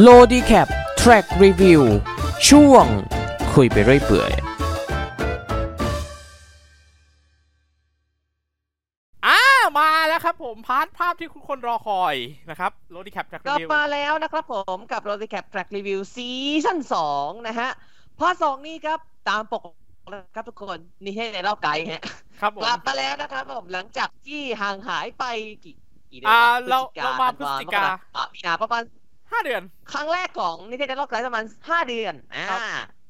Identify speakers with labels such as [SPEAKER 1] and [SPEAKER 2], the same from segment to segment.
[SPEAKER 1] โลดีแคปแทร็กรีวิวช่วง คุยไปเรื่อยเปื่อย
[SPEAKER 2] อ่ามาแล้วครับผมพาร์ทภาพที่คุณคนรอคอยนะครับโรดีแคปจาก
[SPEAKER 3] ก
[SPEAKER 2] รี
[SPEAKER 3] ลับ
[SPEAKER 2] วิว
[SPEAKER 3] มาแล้วนะครับผมกับ r o d i c a p Track Review ซีซั่น2นะฮะภาค2นี้ครับตามปกนะครับทุกคนนี่ให้ในรอบไกลฮะ
[SPEAKER 2] ครับผม
[SPEAKER 3] กลับมาแล้วนะครับผมหลังจากที่ห่างหายไปกี่กี่เดื
[SPEAKER 2] อ่า
[SPEAKER 3] นะ
[SPEAKER 2] เราเรามาพฤศจิกา
[SPEAKER 3] อ่ะมีนาประมาณ
[SPEAKER 2] ห้าเดือน
[SPEAKER 3] ครั้งแรกของนิเทศในรอบไกลประมาณ 5 เดือนอ่า
[SPEAKER 2] ครับ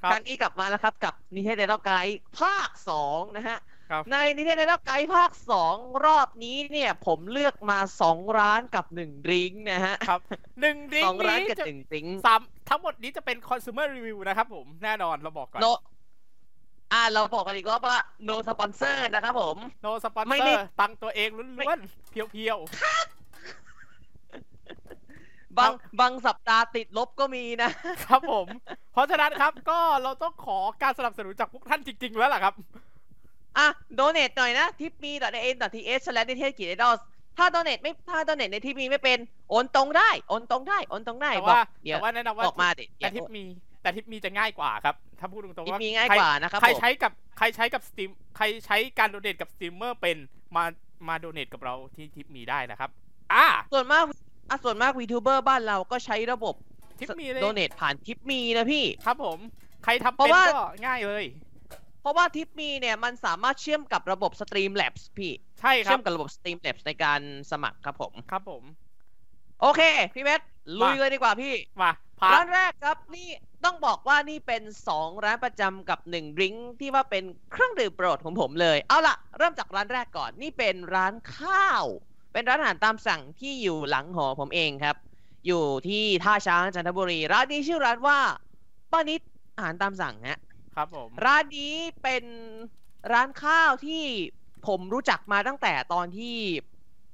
[SPEAKER 3] ครั้งนี้กลับมาแล้วครับกับนิเทศในรอบไกลภาค2นะฮะ
[SPEAKER 2] ครับ
[SPEAKER 3] ในนิเทศในรอบไกลภาค 2 รอบนี้เนี่ยผมเลือกมา 2 ร้านกับ1ดริงก์นะฮะ
[SPEAKER 2] ครับหนึ่งดิ้ง
[SPEAKER 3] สองร้าน
[SPEAKER 2] นี้
[SPEAKER 3] กับ
[SPEAKER 2] จะ
[SPEAKER 3] หนึ่งซิงค์
[SPEAKER 2] สามทั้งหมดนี้จะเป็นคอน sumer review นะครับผมแน่นอนเราบอกก่อน
[SPEAKER 3] โนอ่าเราบอกกันอีกรอบว่า no sponsor นะครับผม
[SPEAKER 2] no
[SPEAKER 3] ไม่
[SPEAKER 2] sponsor
[SPEAKER 3] ได้
[SPEAKER 2] ตังค์ตัวเองล้วนๆเพียว
[SPEAKER 3] บาง
[SPEAKER 2] ครับ
[SPEAKER 3] บางสัปดาห์ติดลบก็มีนะ
[SPEAKER 2] ๆ ครับผม เพราะฉะนั้นครับก็เราต้องขอการสนับสนุนจากพวกท่านจริง ๆ แล้วล่ะครับ
[SPEAKER 3] อ่ะ โดเนทหน่อยนะทิปมี n t h นิเทศกิจไอดอลถ้าโดเนทไม่ถ้าโดเนทในทิปมีไม่เป็น โอนตรงได้ โอนตรงได้ โอนตรงได้
[SPEAKER 2] แต่
[SPEAKER 3] บอ
[SPEAKER 2] ว่าก
[SPEAKER 3] เดี๋ย
[SPEAKER 2] แต่
[SPEAKER 3] ว
[SPEAKER 2] ว่าแนะนำว่า
[SPEAKER 3] บอกมาดิ
[SPEAKER 2] แต่ทิปมี แต่ทิปมีจะง่ายกว่าครับ ถ้าพูดตรงๆ
[SPEAKER 3] ทิป
[SPEAKER 2] ว่า
[SPEAKER 3] มีง่าย
[SPEAKER 2] ใคร
[SPEAKER 3] กว่านะครับ
[SPEAKER 2] ใคร
[SPEAKER 3] ผม
[SPEAKER 2] ใช้กับใครใช้กับสตรีมใครใช้การโดเนทกับสตรีมเมอร์เป็นมามาโดเนทกับเราที่ทิปมีได้นะครับ อ่า
[SPEAKER 3] ส่วนมากอ่ะส่วนมากวีทูเบอร์บ้านเราก็ใช้ระบบ
[SPEAKER 2] ทิปมีเลย
[SPEAKER 3] โดเนทผ่านทิปมีนะพี่
[SPEAKER 2] ครับผม ใครทำ
[SPEAKER 3] เพ
[SPEAKER 2] เป็น
[SPEAKER 3] ราะว่า
[SPEAKER 2] ก็ง่ายเลย
[SPEAKER 3] เพราะว่าทิปมีเนี่ยมันสามารถเชื่อมกับระบบ Streamlabs พี่
[SPEAKER 2] ใช่ครั
[SPEAKER 3] เชื่
[SPEAKER 2] บ
[SPEAKER 3] อมกับระบบ Streamlabs ในการสมัครครับผม
[SPEAKER 2] ครับผม
[SPEAKER 3] โอเค พี่เมทลุย
[SPEAKER 2] มา
[SPEAKER 3] เลยดีกว่าพี่
[SPEAKER 2] มาพา
[SPEAKER 3] ร้านแรกครับนี่ต้องบอกว่านี่เป็น 2 ร้านประจำกับ1ดริงก์ที่ว่าเป็นเครื่องดื่มโปรดของผมเลย เอาล่ะ เริ่มจากร้านแรกก่อนนี่เป็นร้านข้าว เป็นร้านอาหารตามสั่งที่อยู่หลังหอผมเองครับ อยู่ที่ท่าช้างจันทบุรี ร้านนี้ชื่อร้านว่าป้านิดอาหารตามสั่งฮะ
[SPEAKER 2] ครับผม
[SPEAKER 3] ร้านนี้เป็นร้านข้าวที่ผมรู้จักมาตั้งแต่ตอนที่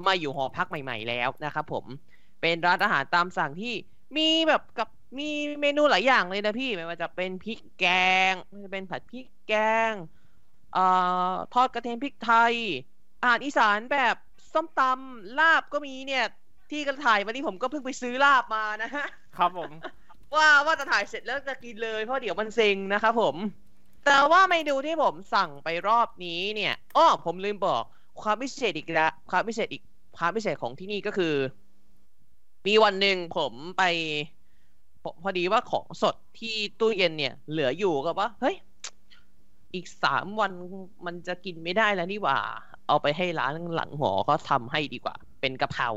[SPEAKER 3] มาอยู่หอพักใหม่ ๆ แล้วนะครับผมเป็นร้านอาหารตามสั่งที่มีแบบกับมีเมนูหลายอย่างเลยนะพี่ไม่ว่าจะเป็นพริกแกงไม่ว่าจะเป็นผัดพริกแกงเอ่อทอดกระเทียมพริกไทย อาหารอีสานแบบส้มตำลาบก็มีเนี่ยที่กระถ่ายวันนี้ผมก็เพิ่งไปซื้อลาบมานะฮะ
[SPEAKER 2] ครับผม
[SPEAKER 3] ว่าว่าจะถ่ายเสร็จแล้วจะกินเลยเพราะเดี๋ยวมันเซ็งนะครับผม แต่ว่าเมนูที่ผมสั่งไปรอบนี้เนี่ยอ้อผมลืมบอกความพิเศษอีกละความพิเศษอีกความพิเศษของที่นี่ก็คือ มีวันหนึ่งผมไปพพอดีว่าของสดที่ตู้เย็นเนี่ย เหลืออยู่ก็ว่า เฮ้ย อีกสามวันมันจะกินไม่ได้แล้วนี่หว่า เอาไปให้ร้านหลังหอเขาทำให้ดีกว่า เป็นกะเพรา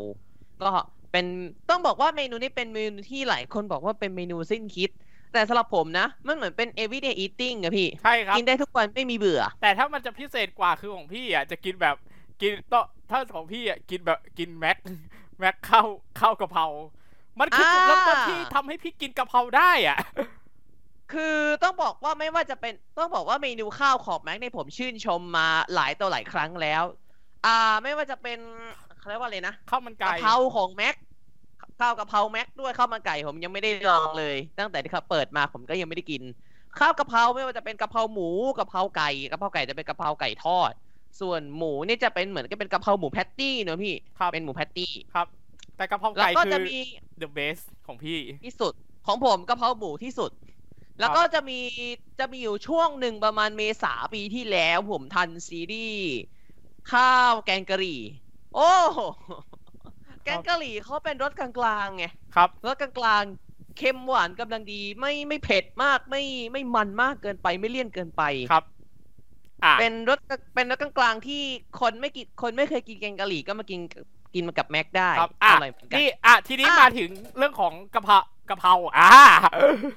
[SPEAKER 3] ก็เป็นต้องบอกว่าเมนูนี้เป็นเมนูที่หลายคนบอกว่าเป็นเมนูสิ้นคิด แต่สำหรับผมนะ มันเหมือนเป็น everyday eating อะพี่
[SPEAKER 2] ใช่ครับ
[SPEAKER 3] กินได้ทุกวันไม่มีเบื่อ
[SPEAKER 2] แต่ถ้ามันจะพิเศษกว่าคือของพี่อ่ะจะกินแบบกินโตะถ้าของพี่อ่ะกินแบบกินแม็ก แม็กข้าวข้าวกะเพรา มันคือจุดเริ่มต้น
[SPEAKER 3] อ่า
[SPEAKER 2] ที่ทำให้พี่กินกะเพราได้อ่ะ
[SPEAKER 3] คือต้องบอกว่าไม่ว่าจะเป็นต้องบอกว่าเมนูข้าวของแม็กในยผมชื่นชมมาหลายต่อหลายครั้งแล้ว อ่า ไม่ว่าจะเป็นเขาเรียกว่าอะไรนะ
[SPEAKER 2] ข้าวมัน
[SPEAKER 3] กะ
[SPEAKER 2] ไก่
[SPEAKER 3] เพราของแม็กข้าวกะเพราแม็กด้วยข้าวมันไก่ผมยังไม่ได้ลองเลย ตั้งแต่ที่เขาเปิดมาผมก็ยังไม่ได้กิน ข้าวกะเพราไม่ว่าจะเป็นกะเพราหมูกะเพราไก่กะเพราไก่จะเป็นกะเพราไก่ทอด ส่วนหมูเนี่ยจะเป็นเหมือนก็เป็นกะเพราหมูแพตตี้เนอะพี่
[SPEAKER 2] ครับ
[SPEAKER 3] เป็นหมูแพตตี้
[SPEAKER 2] ครับ แต่กะเพรา
[SPEAKER 3] แล้ว
[SPEAKER 2] ไก่
[SPEAKER 3] ก็
[SPEAKER 2] คื
[SPEAKER 3] จะ
[SPEAKER 2] อ
[SPEAKER 3] มี
[SPEAKER 2] the best ของพี่
[SPEAKER 3] ที่สุดของผมกะเพราหมูที่สุด แล้วก็จะมีจะมีอยู่ช่วงหนึ่งประมาณเมษาปีที่แล้วผมทันซีรีส์ข้าวแกงกะหรี่ โอ้โหแกงกะหรี่เขาเป็นรสกลางๆไง
[SPEAKER 2] ครับ
[SPEAKER 3] รสกลางๆเค็มหวานกำลังดี ไม่ไม่เผ็ดมากไม่ไม่มันมากเกินไปไม่เลี่ยนเกินไป
[SPEAKER 2] ครับ อ่ะ
[SPEAKER 3] เป็นรสเป็นรสกลางๆที่คนไม่กินคนไม่เคยกินแกงกะหรี่ก็มากินกินมากับแม็กได้
[SPEAKER 2] ครับ
[SPEAKER 3] อ
[SPEAKER 2] อ่ะ
[SPEAKER 3] ร่อยเหมือนกัน
[SPEAKER 2] นี่อ่ะ ทีนี้
[SPEAKER 3] อ่ะ
[SPEAKER 2] มาถึงเรื่องของกะเพรากะเพราอ่า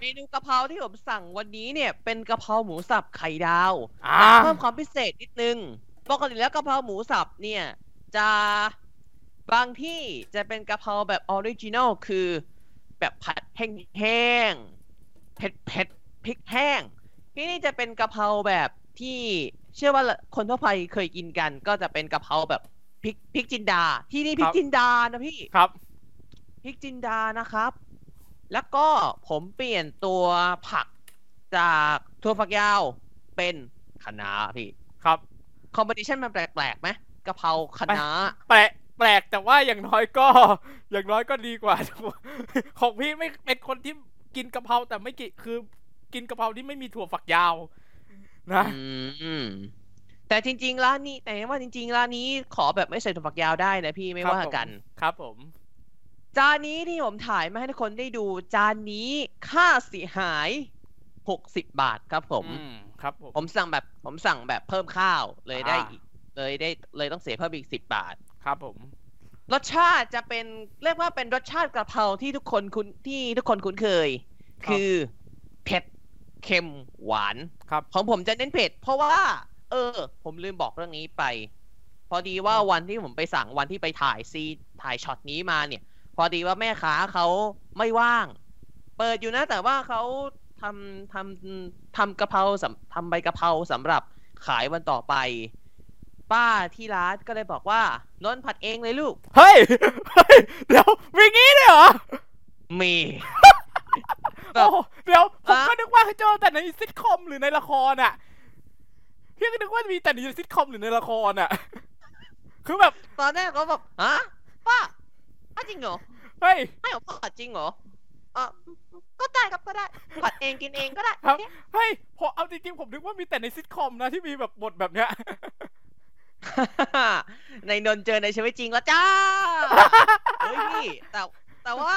[SPEAKER 3] เมนูกะเพราที่ผมสั่งวันนี้เนี่ยเป็นกะเพราหมูสับไข่ดาว
[SPEAKER 2] อ่า
[SPEAKER 3] เพิ่มความพิเศษนิดนึงปกติแล้วกะเพราหมูสับเนี่ย จะบางที่จะเป็นกะเพราแบบออริจินอลคือแบบผัดแห้งๆเผ็ดเผ็ดๆพริกแห้ง ที่นี่จะเป็นกะเพราแบบที่เชื่อว่าคนทั่วไปเคยกินกัน ก็จะเป็นกะเพราแบบพริกพริกจินดา ที่นี่พริ
[SPEAKER 2] ค
[SPEAKER 3] ก
[SPEAKER 2] รับ
[SPEAKER 3] จินดานะพี่
[SPEAKER 2] ครับ
[SPEAKER 3] พริกจินดานะครับ แล้วก็ผมเปลี่ยนตัวผักจากถั่วฝักยาวเป็นคะน้าพี่
[SPEAKER 2] ครับ
[SPEAKER 3] คอมบิเนชันมันแปลกๆไหมกะเพราคะน้า
[SPEAKER 2] แปลก แปลกแต่ว่าอย่างน้อยก็ อย่างน้อยก็ดีกว่า ของพี่ไม่เป็นคนที่กินกะเพราแต่ไม่กินคือ กินกะเพราที่ไม่มีถั่วฝักยาว นะ
[SPEAKER 3] อืมแต่จริง ๆ ร้านนี้แต่ว่าจริง ๆ ร้านนี้ขอแบบไม่ใส่ถั่วฝักยาวได้นะพี่ไม่
[SPEAKER 2] ครับ
[SPEAKER 3] ว่ากัน
[SPEAKER 2] ผม ครับผม
[SPEAKER 3] จานนี้ที่ผมถ่ายมาให้ทุกคนได้ดูจานนี้ค่าเสียหายหกสิบบาทครับผม
[SPEAKER 2] อืครับผม
[SPEAKER 3] ผมสั่งแบบผมสั่งแบบเพิ่มข้าวเลยได้
[SPEAKER 2] อ่า
[SPEAKER 3] อีกเลยได้เลยต้องเสียเพิ่มอีกสิบบาท
[SPEAKER 2] ครับผม
[SPEAKER 3] รสชาติจะเป็นเรียกว่าเป็นรสชาติกระเพราที่ทุกคนคุ้นที่ทุกคนคุ้นเคย
[SPEAKER 2] ครับ
[SPEAKER 3] คือเผ็ดเค็มหวาน
[SPEAKER 2] ครับ
[SPEAKER 3] ของผมจะเน้นเผ็ดเพราะว่า เออ ผมลืมบอกเรื่องนี้ไป พอดีว่า
[SPEAKER 2] ครับ
[SPEAKER 3] วันที่ผมไปสั่งวันที่ไปถ่ายซีนถ่ายช็อตนี้มาเนี่ย พอดีว่าแม่ค้าเขาไม่ว่าง เปิดอยู่นะแต่ว่าเขาทำทำทำกะเพราสำทำใบกะเพราสำหรับขายวันต่อไป ป้าที่ร้านก็เลยบอกว่านนท์ผัดเองเลยลูก
[SPEAKER 2] เฮ้ย เฮ้ยเดี๋ยวมีงี้ด้วยเหรอ
[SPEAKER 3] มี
[SPEAKER 2] โอ้โหเดี๋ยวผม
[SPEAKER 3] อ่ะ
[SPEAKER 2] ก็นึกว่าเจอแต่ในซิทคอมหรือในละครอ่ะพี่ก็นึกว่ามีแต่ในซิทคอมหรือในละครอ่ะ คือแบบ
[SPEAKER 3] ตอนแรกเขาบอกฮะป้าป้าจริงเหรอ
[SPEAKER 2] เฮ้ย
[SPEAKER 3] ให้ผมผัดจริงเหรอเออก็ได้ครับก็ได้ ผัดเองกินเองก็ได้
[SPEAKER 2] ครับ
[SPEAKER 3] เนี่ย
[SPEAKER 2] เฮ้ยพอเอาจริงๆผมนึกว่ามีแต่ในซิทคอมนะที่มีแบบบทแบบเนี้ย
[SPEAKER 3] ในนนท์เจอในชีวิตจริงแล้ว จ้า เฮ้ยพี่แต่แต่ว่า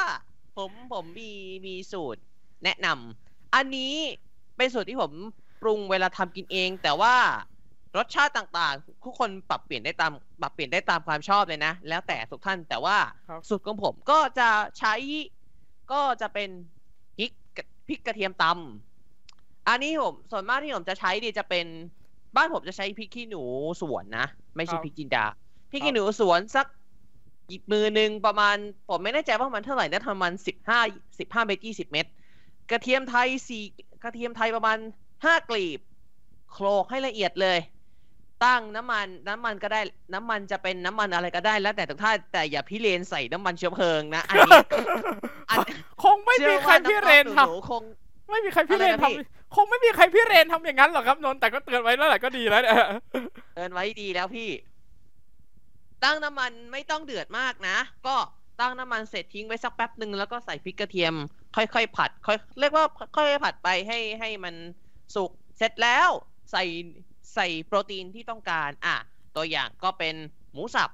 [SPEAKER 3] ผมผมมีมีสูตรแนะนำอันนี้เป็นสูตรที่ผมปรุงเวลาทำกินเอง แต่ว่ารสชาติต่างๆ ทุกคนปรับเปลี่ยนได้ตามปรับเปลี่ยนได้ตามความชอบเลยนะ แล้วแต่ทุกท่านแต่ว่า
[SPEAKER 2] ครับ
[SPEAKER 3] สูตรของผมก็จะใช้ก็จะเป็นพริกกระพริกกระเทียมตำอันนี้ผมส่วนมากที่ผมจะใช้ดีจะเป็นบ้านผมจะใช้พริกขี้หนูสวนนะ ไม่ใช่พริกจินดา พี่กินหนูสวนสักหยิบมือหนึ่งประมาณ ผมไม่แน่ใจว่ามันเท่าไหร่นะประมาณสิบห้าสิบห้าเมตรยี่สิบเมตร กระเทียมไทยสี่กระเทียมไทยประมาณห้ากลีบ โคลกให้ละเอียดเลย ตั้งน้ำมันน้ำมันก็ได้ น้ำมันจะเป็นน้ำมันอะไรก็ได้แล้วแต่ทุกท่านแต่อย่าพิเรนใส่น้ำมันเชื้อเพลิงนะ อันนี้อั น
[SPEAKER 2] คงไม่มีใครพี่เรน
[SPEAKER 3] ชื่อ
[SPEAKER 2] ท
[SPEAKER 3] ว่าองๆหนูๆคง
[SPEAKER 2] ำไม่มีใครพี่เรน
[SPEAKER 3] อะไรนะพี่
[SPEAKER 2] ทำคงไม่มีใครพี่เรนทำอย่างนั้นหรอกครับนนท์แต่ก็เตือนไว้แล้วแหละก็ดีแล้วเนี่ย
[SPEAKER 3] เดินไว้ดีแล้วพี่ ตั้งน้ำมันไม่ต้องเดือดมากนะ ก็ตั้งน้ำมันเสร็จทิ้งไว้สักแป๊บหนึ่งแล้วก็ใส่พริกกระเทียม ค่อยๆผัด ค่อยเรียกว่าค่อยๆผัดไปให้ให้มันสุกเสร็จแล้วใส่ใส่โปรตีนที่ต้องการ อ่ะ ตัวอย่างก็เป็นหมูสับ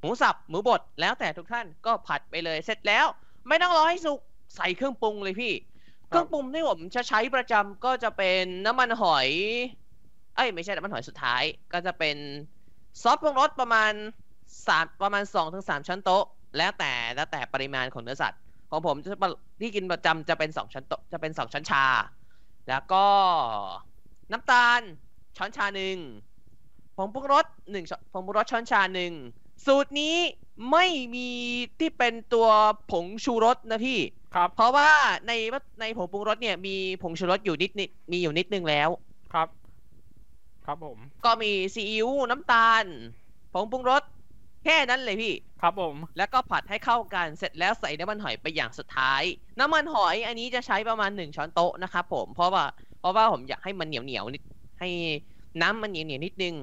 [SPEAKER 3] หมูสับหมูบดแล้วแต่ทุกท่านก็ผัดไปเลยเสร็จแล้ว ไม่ต้องรอให้สุกใส่เครื่องปรุงเลยพี่
[SPEAKER 2] ครับ
[SPEAKER 3] เครื่องปรุงที่ผมจะใช้ประจำก็จะเป็นน้ำมันหอย เอ้ยไม่ใช่น้ำมันหอยสุดท้าย ก็จะเป็นซอสปรุงรสประมาณสามประมาณสองถึงสามช้อนโต๊ะ แล้วแต่แล้วแต่ปริมาณของเนื้อสัตว์ ของผมจะประที่กินประจำจะเป็นสองช้อนโต๊ะจะเป็นสองช้อนชา แล้วก็น้ำตาลช้อนชาหนึ่งผงปรุงรสหนึ่งช้อนผงปรุงรสช้อนชาหนึ่งสูตรนี้ไม่มีที่เป็นตัวผงชูรสนะพี่
[SPEAKER 2] ครับ
[SPEAKER 3] เพราะว่าในวัตในผงปรุงรสเนี่ยมีผงชูรสอยู่นิดนิดมีอยู่นิดนึงแล้ว
[SPEAKER 2] ครับ ครับผม
[SPEAKER 3] ก็มีซีอิ๊วน้ำตาลผงปรุงรสแค่นั้นเลยพี่
[SPEAKER 2] ครับผม
[SPEAKER 3] แล้วก็ผัดให้เข้ากันเสร็จแล้วใส่น้ำมันหอยไปอย่างสุดท้าย น้ำมันหอยอันนี้จะใช้ประมาณหนึ่งช้อนโต๊ะนะครับผมเพราะว่าเพราะว่าผมอยากให้มันเหนียวเหนียวๆนิดให้น้ำมันเหนียวเหนียวๆนิดนึง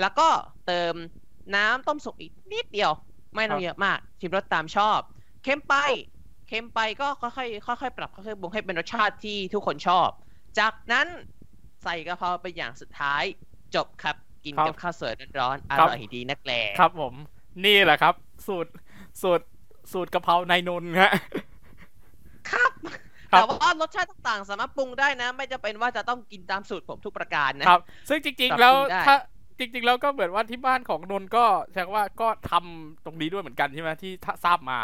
[SPEAKER 3] แล้วก็เติมน้ำต้มสุกอีกนิดเดียว ไม่ต้องเยอะมากชิมรสตามชอบเค็มไปเค็มไปก็ค่อยๆค่อยๆปรับค่อยๆบ่งให้เป็นรสชาติที่ทุกคนชอบ จากนั้นใส่กะเพราไปอย่างสุดท้ายจบครับกินกับข้าวสวยร้อนๆอร่อยดีนักแล
[SPEAKER 2] ครับผม นี่แหละครับ สูตรสูตรสูตรกะเพราในนนท์ฮะ
[SPEAKER 3] ครับ
[SPEAKER 2] ครับ
[SPEAKER 3] แต่ว่ารสชาติต่างๆ สามารถปรุงได้นะ ไม่จะเป็นว่าจะต้องกินตามสูตรผมทุกประการนะ
[SPEAKER 2] ครับ ซึ่งจริง ๆ แล้ว
[SPEAKER 3] ปรับปรุงได้
[SPEAKER 2] ถ้าจริง ๆ แล้วก็เหมือนว่าที่บ้านของนนท์ก็แสดงว่าก็ทำตรงนี้ด้วยเหมือนกันใช่ไหมที่ถ้าทราบมา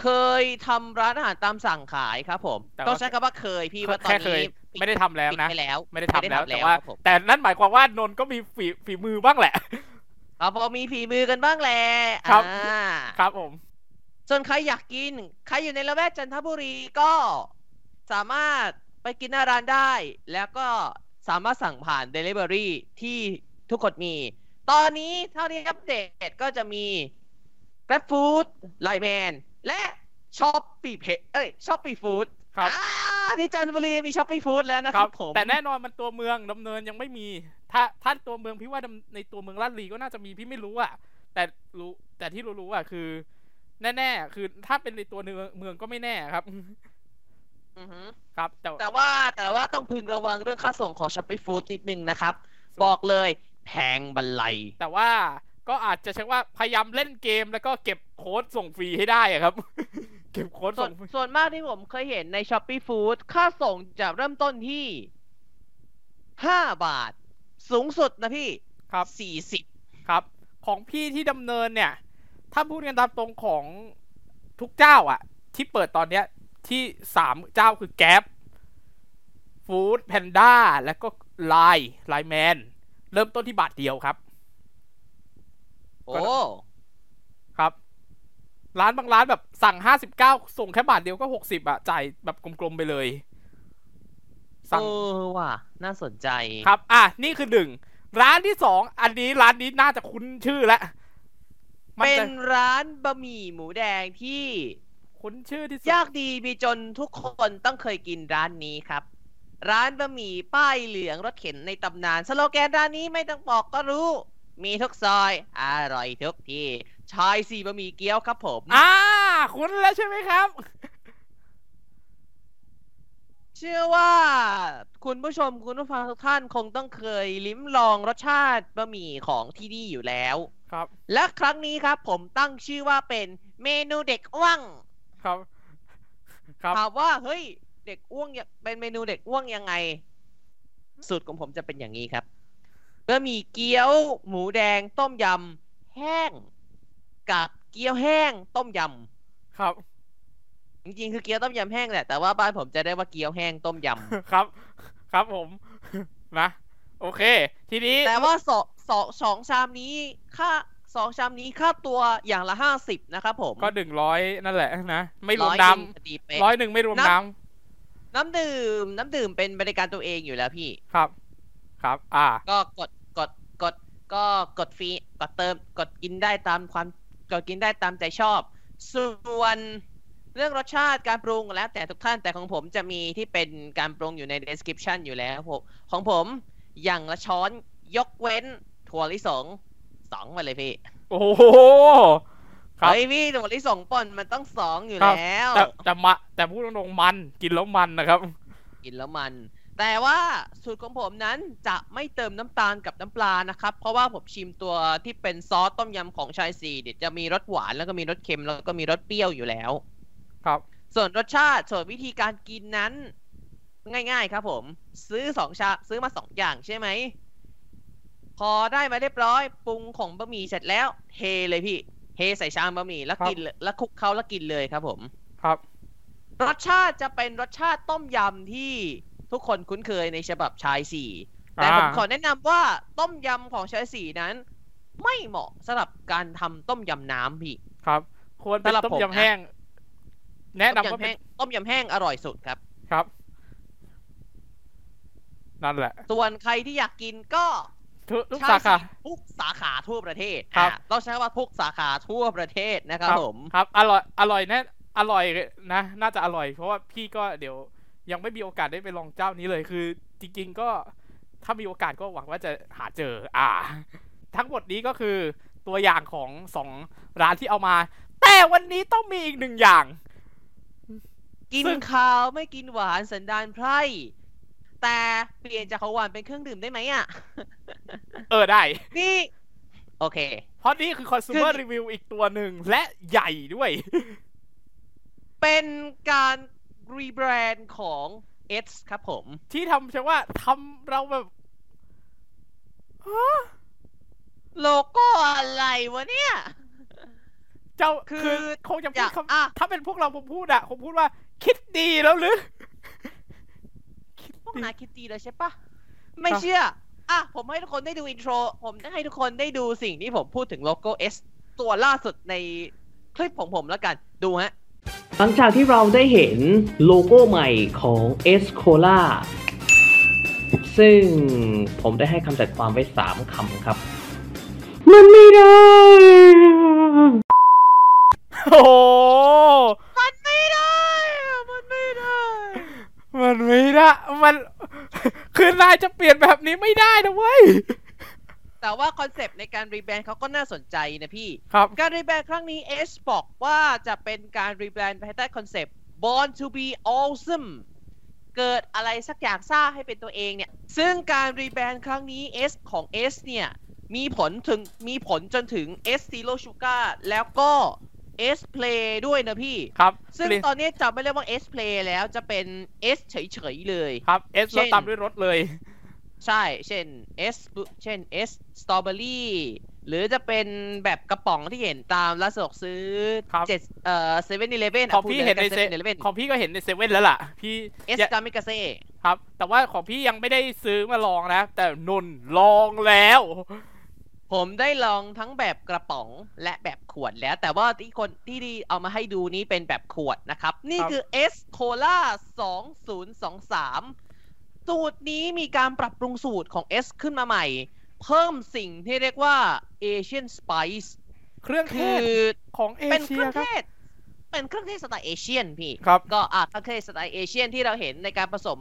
[SPEAKER 3] เคยทำร้านอาหารตามสั่งขายครับผม
[SPEAKER 2] แต่ว่า
[SPEAKER 3] ต้องใช้คำว่าเคยพี่ว่าตอน
[SPEAKER 2] แค่เคย
[SPEAKER 3] นี้
[SPEAKER 2] ไม่ได้ทำแล้ว
[SPEAKER 3] ปิด
[SPEAKER 2] นะ
[SPEAKER 3] ไปแล้ว
[SPEAKER 2] ไม่ได้ทำแล้ว
[SPEAKER 3] ไม่ได้ทำแล้ว
[SPEAKER 2] แต่ว่า
[SPEAKER 3] ครับผม
[SPEAKER 2] แต่นั่นหมายความว่านนท์ก็มีฝีฝีมือบ้างแหละ
[SPEAKER 3] เอาพอมีฝีมือกันบ้างแหละ
[SPEAKER 2] ครับ
[SPEAKER 3] อ่า
[SPEAKER 2] ครับผม
[SPEAKER 3] ส่วนใครอยากกิน ใครอยู่ในละแวกจันทบุรีก็ สามารถไปกินหน้าร้านได้ แล้วก็สามารถสั่งผ่าน Delivery ที่ทุกคนมี ตอนนี้เท่าที่อัปเดตก็จะมี Grab Food l i n e Man และ s h o p ปี้เพเอ้ย s h o p ปี้ฟู้ด
[SPEAKER 2] ครับ
[SPEAKER 3] ที่จันทบุรีมี s h o p ปี้ฟู้ดแล้วนะ
[SPEAKER 2] ค
[SPEAKER 3] ค
[SPEAKER 2] รั
[SPEAKER 3] รั
[SPEAKER 2] บบ
[SPEAKER 3] ผม
[SPEAKER 2] แต่แน่นอนมันตัวเมืองดำเนินยังไม่มี ถ้าถ้าตัวเมืองพี่ว่าดำในตัวเมืองลาดลีก็น่าจะมีพี่ไม่รู้อ่ะ แต่รู้แต่ที่รู้ๆอ่ะคือ แน่ๆ คือถ้าเป็นในตัวเมืองเมืองก็ไม่แน่ครับ
[SPEAKER 3] อือฮึ
[SPEAKER 2] ครับ แต่
[SPEAKER 3] แต่ว่าแต่ว่าต้องพึงระวังเรื่องค่าส่งของช้อปปี้ฟู้ดนิดนึงนะครับ บอกเลยแพงบันไลย
[SPEAKER 2] แต่ว่าก็อาจจะใช้ว่าพยายามเล่นเกมแล้วก็เก็บโค้ดส่งฟรีให้ได้อะครับ เก็บโค้ด
[SPEAKER 3] ส่
[SPEAKER 2] ส่
[SPEAKER 3] วน
[SPEAKER 2] งฟรี
[SPEAKER 3] ส่วนมากที่ผมเคยเห็นในช้อปปี้ฟู้ดค่าส่งจะเริ่มต้นที่ห้าบาท สูงสุดนะพี่
[SPEAKER 2] ครับ
[SPEAKER 3] สี่สิบ
[SPEAKER 2] ครับ ของพี่ที่ดำเนินเนี่ย ถ้าพูดกันตามตรงของทุกเจ้าอะที่เปิดตอนเนี้ยที่สามเจ้าคือแก๊ปฟู้ดแพนด้าแล้วก็ไลน์ไลแมนเริ่มต้นที่บาทเดียวครับ
[SPEAKER 3] โอ้
[SPEAKER 2] ครับ ร้านบางร้านแบบสั่งห้าสิบเก้าส่งแค่บาทเดียวก็หกสิบอะจ่ายแบบกลมๆไปเลย สั่ง
[SPEAKER 3] เออว่ะ น่าสนใจ
[SPEAKER 2] ครับ อ่ะ นี่คือหนึ่ง ร้านที่สอง อันนี้ร้านนี้น่าจะคุ้นชื่อแล้วมั
[SPEAKER 3] เป็น
[SPEAKER 2] จะ
[SPEAKER 3] ร้านบะหมี่หมูแดงที่
[SPEAKER 2] คุ้นชื่อที่สุด
[SPEAKER 3] ยากดีมีจนทุกคนต้องเคยกินร้านนี้ครับ ร้านบะหมี่ป้ายเหลืองรถเข็นในตำนาน สโลแกนร้านนี้ไม่ต้องบอกก็รู้ มีทุกซอย อร่อยทุกที่ ชายสี่บะหมี่เกี๊ยวครับผม
[SPEAKER 2] อ่า คุ้นแล้วใช่ไหมครับ
[SPEAKER 3] เชื่อว่าคุณผู้ชมคุณผู้ฟังทุกท่านคงต้องเคยลิ้มลองรสชาติบะหมี่ของที่นี่อยู่แล้ว
[SPEAKER 2] ครับ
[SPEAKER 3] และครั้งนี้ครับ ผมตั้งชื่อว่าเป็นเมนูเด็กอ้วง
[SPEAKER 2] ครับ ครับ
[SPEAKER 3] ถามว่าเฮ้ยเด็กอ้วงเนี่ยเป็นเมนูเด็กอ้วงยังไง สูตรของผมจะเป็นอย่างนี้ครับเมื่อมีเกี๊ยว หมูแดง ต้มยำแห้ง กับเกี๊ยวแห้ง ต้มย
[SPEAKER 2] ครับ
[SPEAKER 3] ำจริงๆคือเกี๊ยวต้มยำแห้งแหละแต่ว่าบ้านผมจะได้ว่าเกี๊ยวแห้งต้มย
[SPEAKER 2] ครับ ครับผม นะ โอเค ทีนี้
[SPEAKER 3] ำ แต่ว่าสองสองสองชามนี้ค่าสองชามนี้ค่าตัวอย่างละห้าสิบนะครับผม
[SPEAKER 2] ก็หนึ่งร้อยนั่นแหละนะ ไม่รวม
[SPEAKER 3] ร้อย
[SPEAKER 2] น้
[SPEAKER 3] หนึ่งพอดีเป๊ะ
[SPEAKER 2] ำร้อยหนึ่งไม่รวม
[SPEAKER 3] นับ
[SPEAKER 2] น้
[SPEAKER 3] น้ำดื่ม น้ำดื่มเป็นบริการตัวเองอยู่แล้วพี่
[SPEAKER 2] ำครับ ครับ อ่า
[SPEAKER 3] ก็กดกดกดก็กดฟรีกดเติมกดกินได้ตามความกดกินได้ตามใจชอบ ส่วนเรื่องรสชาติการปรุงแล้วแต่ทุกท่านแต่ของผมจะมีที่เป็นการปรุงอยู่ใน description อยู่แล้วผมของผมอย่างละช้อนยกเว้นถั่วลิสงสองมาเลยพี่
[SPEAKER 2] โอ้โห ครับ
[SPEAKER 3] เฮ้ยพี่ถั่วลิสงป่นมันต้องสองอยู่แล้ว
[SPEAKER 2] แต่แต่มาแต่พูดตรงๆมัน กินแล้วมันนะครับ
[SPEAKER 3] กินแล้วมัน แต่ว่าสูตรของผมนั้นจะไม่เติมน้ำตาลกับน้ำปลานะครับ เพราะว่าผมชิมตัวที่เป็นซอสต้มยำของชายซีเดี๋ยวจะมีรสหวานแล้วก็มีรสเค็มแล้วก็มีรสเปรี้ยวอยู่แล้ว
[SPEAKER 2] ครับ
[SPEAKER 3] ส่วนรสชาติส่วนวิธีการกินนั้น ง่าย ๆ ครับผม ซื้อสองชาซื้อมาสองอย่างใช่ไหม พอได้มาเรียบร้อยปรุงของบะหมี่เสร็จแล้วเทเลยพี่เทใส่ชามบะหมี่แล้วกินเลยแล้วคลุกเขาแล้วกินเลยครับผม
[SPEAKER 2] ครับ
[SPEAKER 3] รสชาติจะเป็นรสชาติต้มยำที่ทุกคนคุ้นเคยในฉบับชายสี่แต่ผมขอแนะนำว่าต้มยำของชายสี่นั้น ไม่เหมาะสำหรับการทำต้มยำน้ำพี่
[SPEAKER 2] ครับ ควรเป็น
[SPEAKER 3] สำหรับ
[SPEAKER 2] ต้ม
[SPEAKER 3] ผมนะ
[SPEAKER 2] ยำแห้ง แนะ
[SPEAKER 3] ต้
[SPEAKER 2] นำว่าย
[SPEAKER 3] มำ
[SPEAKER 2] เป็
[SPEAKER 3] แห้
[SPEAKER 2] น
[SPEAKER 3] งต้มยำแห้งอร่อยสุดครับ
[SPEAKER 2] ครับ นั่นแหละ
[SPEAKER 3] ส่วนใครที่อยากกินก็
[SPEAKER 2] ทุกทุก
[SPEAKER 3] ชย
[SPEAKER 2] สาขา
[SPEAKER 3] สี่ทุกสาขาทั่วประเทศ
[SPEAKER 2] ครับ
[SPEAKER 3] อ่ะต้องใช้คำว่าทุกสาขาทั่วประเทศนะครับผม
[SPEAKER 2] ครับ อร่อย อร่อยแน่อร่อยนะ น่าจะอร่อย เพราะว่าพี่ก็เดี๋ยวยังไม่มีโอกาสได้ไปลองเจ้านี้เลย คือ จริง ๆ ก็ถ้ามีโอกาสก็หวังว่าจะหาเจอ อ่า ทั้งหมดนี้ก็คือตัวอย่างของสองร้านที่เอามา แต่วันนี้ต้องมีอีกหนึ่งอย่าง
[SPEAKER 3] กิน
[SPEAKER 2] ซึ่ง
[SPEAKER 3] ข้าวไม่กินหวานสันดานไพร่แต่เปลี่ยนจากของหวานเป็นเครื่องดื่มได้ไหมอ่ะ
[SPEAKER 2] เออได้
[SPEAKER 3] นี่ โอเค
[SPEAKER 2] เพราะนี่คือ consumer
[SPEAKER 3] คือ
[SPEAKER 2] review อีกตัวหนึ่งและใหญ่ด้วย
[SPEAKER 3] เป็นการรีแบรนด์ของ S ครับผม
[SPEAKER 2] ที่ทำใช่ว่าทำเราแบบ
[SPEAKER 3] โลโก้อะไรวะเนี่ย
[SPEAKER 2] เจ้า
[SPEAKER 3] คือ
[SPEAKER 2] คือคงจะพูด
[SPEAKER 3] อยากอ่ะ
[SPEAKER 2] คำถ้าเป็นพวกเราผมพูดอะคงพูดว่า คิดดีแล้วหรือ
[SPEAKER 3] พวกนายคิดดีเลยใช่ปะ ไม่เชื่อ อ่ะ ผมให้ทุกคนได้ดูอินโทร ผมจะให้ทุกคนได้ดูสิ่งที่ผมพูดถึงโลโก้ S ตัวล่าสุดในคลิปของผมแล้วกัน ดูฮะ
[SPEAKER 4] หลังจากที่เราได้เห็นโลโก้ใหม่ของ s c o l a ซึ่งผมได้ให้คำจัดความไว้ 3คำครับ มันไม่ได้
[SPEAKER 2] โอ้โห
[SPEAKER 3] มันไม่ได้อะมันไม่ได้
[SPEAKER 2] มันไม่ได้มัน คือนายจะเปลี่ยนแบบนี้ไม่ได้นะเว้ย
[SPEAKER 3] แต่ว่าคอนเซปต์ในการรีแบรนด์เขาก็น่าสนใจนะพี่
[SPEAKER 2] ครับ
[SPEAKER 3] การรีแบรนด์ครั้งนี้ S บอกว่าจะเป็นการรีแบรนด์ภายใต้คอนเซปต์ Born to be awesome เกิดอะไรสักอย่างสร้างให้เป็นตัวเองเนี่ย ซึ่งการรีแบรนด์ครั้งนี้ S ของ S เนี่ย มีผลถึงมีผลจนถึง S Zero Sugar แล้วก็ S Play ด้วยนะพี่
[SPEAKER 2] ครับ
[SPEAKER 3] ซึ่ง
[SPEAKER 2] เปลี่ยน
[SPEAKER 3] ตอนนี้จำไม่ได้ว่า S Play แล้วจะเป็น S เฉยๆเลย
[SPEAKER 2] ครับเอสร
[SPEAKER 3] เช่
[SPEAKER 2] ถ
[SPEAKER 3] น
[SPEAKER 2] ตามด้วยรถเลย
[SPEAKER 3] ใช่ เช่น S เช่น S Strawberry หรือจะเป็นแบบกระป๋องที่เห็นตามร้านสะดวกซื้อ
[SPEAKER 2] ครับ
[SPEAKER 3] เจ็ดเอ่อเซเว่นอีเลเว่น
[SPEAKER 2] ของพี่เห็นในเซ
[SPEAKER 3] เว่น
[SPEAKER 2] ของพี่ก็เห็นในเซเว่นแล้วล่ะ พี่
[SPEAKER 3] เอส
[SPEAKER 2] จะ
[SPEAKER 3] กามิกาเซ่
[SPEAKER 2] ครับ แต่ว่าของพี่ยังไม่ได้ซื้อมาลองนะ แต่นนท์ลองแล้ว
[SPEAKER 3] ผมได้ลองทั้งแบบกระป๋องและแบบขวดแล้ว แต่ว่าที่คนที่ดีเอามาให้ดูนี้เป็นแบบขวดนะครับ นี่
[SPEAKER 2] ครับ
[SPEAKER 3] คือ S Cola 2023 สูตรนี้มีการปรับปรุงสูตรของ S ขึ้นมาใหม่ เพิ่มสิ่งที่เรียกว่า Asian Spice
[SPEAKER 2] เครื่องเท
[SPEAKER 3] คื
[SPEAKER 2] ศ
[SPEAKER 3] อ
[SPEAKER 2] ของเอ
[SPEAKER 3] เป็นเค
[SPEAKER 2] เชีย
[SPEAKER 3] รื่อง
[SPEAKER 2] ครั
[SPEAKER 3] เท
[SPEAKER 2] บ
[SPEAKER 3] ศ เป็นเครื่องเทศสไตล์เอเชียนพี่
[SPEAKER 2] ครับ
[SPEAKER 3] ก็อ่ะเครื่องเทศสไตล์เอเชียนที่เราเห็นในการผสม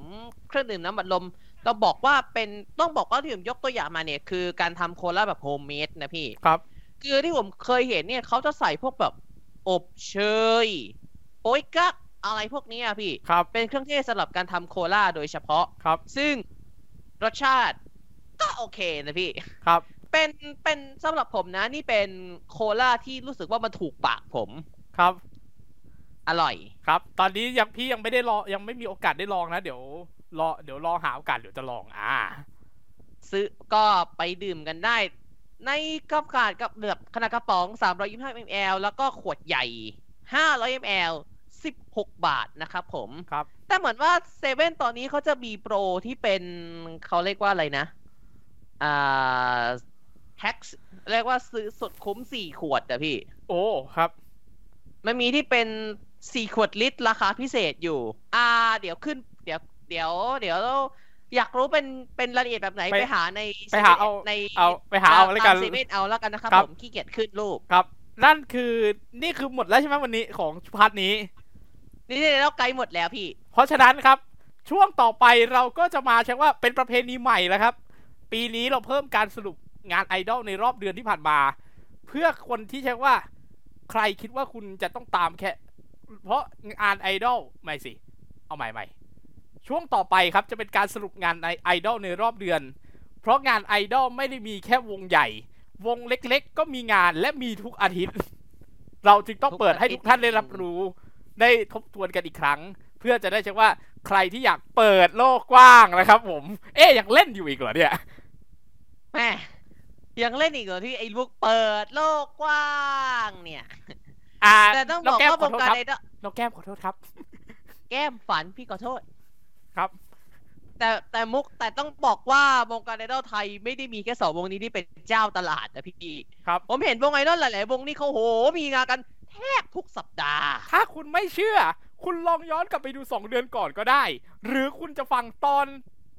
[SPEAKER 3] เครื่องดื่มน้ำบัดลม เราบอกว่าเป็นต้องบอกว่าที่ผมยกตัวอย่างมาเนี่ยคือการทำโคลาแบบโฮมเมดนะพี่
[SPEAKER 2] ครับ
[SPEAKER 3] คือที่ผมเคยเห็นเนี่ยเขาจะใส่พวกแบบอบเชยโป๊ยกักอะไรพวกเนี้ยพี่
[SPEAKER 2] ครับ
[SPEAKER 3] เป็นเครื่องเทศสำหรับการทำโคลาโดยเฉพาะ
[SPEAKER 2] ครับ
[SPEAKER 3] ซึ่งรสชาติก็โอเคนะพี่
[SPEAKER 2] ครับ
[SPEAKER 3] เป็นเป็นสำหรับผมนะนี่เป็นโคลาที่รู้สึกว่ามันถูกปากผม
[SPEAKER 2] ครับ
[SPEAKER 3] อร่อย
[SPEAKER 2] ครับ ตอนนี้ยังพี่ยังไม่ได้ลองยังไม่มีโอกาสได้ลองนะ เดี๋ยวรอเดี๋ยวรอหาโอกาสเดี๋ยวจะลอง อ่า
[SPEAKER 3] ซื้อก็ไปดื่มกันได้ ในกระปาดกับเดือบขนาดกระป๋อง 325 ml แล้วก็ขวดใหญ่ 500 ml 16 บาทนะครับผม
[SPEAKER 2] ครับ
[SPEAKER 3] แต่เหมือนว่าเซเว่นตอนนี้เขาจะมีโปรที่เป็นเขาเรียกว่าอะไรนะ อ่าแท็กเรียกว่าซื้อสดคุ้ม 4 ขวดอะพี่
[SPEAKER 2] โอ้ ครับ
[SPEAKER 3] มันมีที่เป็น 4 ขวดลิตร ราคาพิเศษอยู่ อ่า เดี๋ยวขึ้น เดี๋ยว เดี๋ยว เดี๋ยว อยากรู้เป็น เป็นรายละเอียดแบบไหน
[SPEAKER 2] ไป
[SPEAKER 3] ไปหาใน
[SPEAKER 2] ไปหาเอา
[SPEAKER 3] ใน
[SPEAKER 2] เอาไปหาเอาแล้วกัน
[SPEAKER 3] เซเว่นเอาแล้วกันนะครับ
[SPEAKER 2] ครับ
[SPEAKER 3] ผม ขี้เกียจขึ้นรูป
[SPEAKER 2] ครับ นั่นคือนี่คือหมดแล้วใช่ไหมวันนี้ของพาร์ทนี้
[SPEAKER 3] นี่ได้เราไกลหมดแล้วพี่
[SPEAKER 2] เพราะฉะนั้นครับ ช่วงต่อไปเราก็จะมาใช้ว่าเป็นประเพณีใหม่แล้วครับ ปีนี้เราเพิ่มการสรุปงานไอดอลในรอบเดือนที่ผ่านมา เพื่อคนที่ใช้ว่า ใครคิดว่าคุณจะต้องตามแค่ เพราะงานไอดอลไม่สิ เอาใหม่ใหม่ช่วงต่อไปครับจะเป็นการสรุปงานไอดอลในรอบเดือน เพราะงานไอดอลไม่ได้มีแค่วงใหญ่ วงเล็กๆ ก็มีงานและมีทุกอาทิตย์ เราจึงต้องเปิดให้ทุกท่านได้รับรู้ ได้ทบทวนกันอีกครั้ง เพื่อจะได้เช็คว่าใครที่อยากเปิดโลกกว้างนะครับผม เอ๊ะยังเล่นอยู่อีกเหรอเนี่ย
[SPEAKER 3] แหม่ยังเล่นอีกเหรอที่ไอ้พวกเปิดโลกกว้างเนี่ย
[SPEAKER 2] อ่า
[SPEAKER 3] แต่ต้องบอกว่าวง
[SPEAKER 2] น้
[SPEAKER 3] การ
[SPEAKER 2] แก้มขอโทษค
[SPEAKER 3] ไอ
[SPEAKER 2] รับ
[SPEAKER 3] ดอล
[SPEAKER 2] น้องแก้มขอโทษครับ
[SPEAKER 3] แก้มฝันพี่ขอโทษ
[SPEAKER 2] ครับ
[SPEAKER 3] แต่แต่มุกแต่ต้องบอกว่าวงการไอดอลไทยไม่ได้มีแค่สองวงนี้ที่เป็นเจ้าตลาดนะพี่
[SPEAKER 2] ครับ
[SPEAKER 3] ผมเห็นวงไอดอลหลาย ๆ วงนี่เขาโห มีงานกันแทบทุกสัปดาห์
[SPEAKER 2] ถ้าคุณไม่เชื่อ คุณลองย้อนกลับไปดู 2 เดือนก่อนก็ได้ หรือคุณจะฟังตอน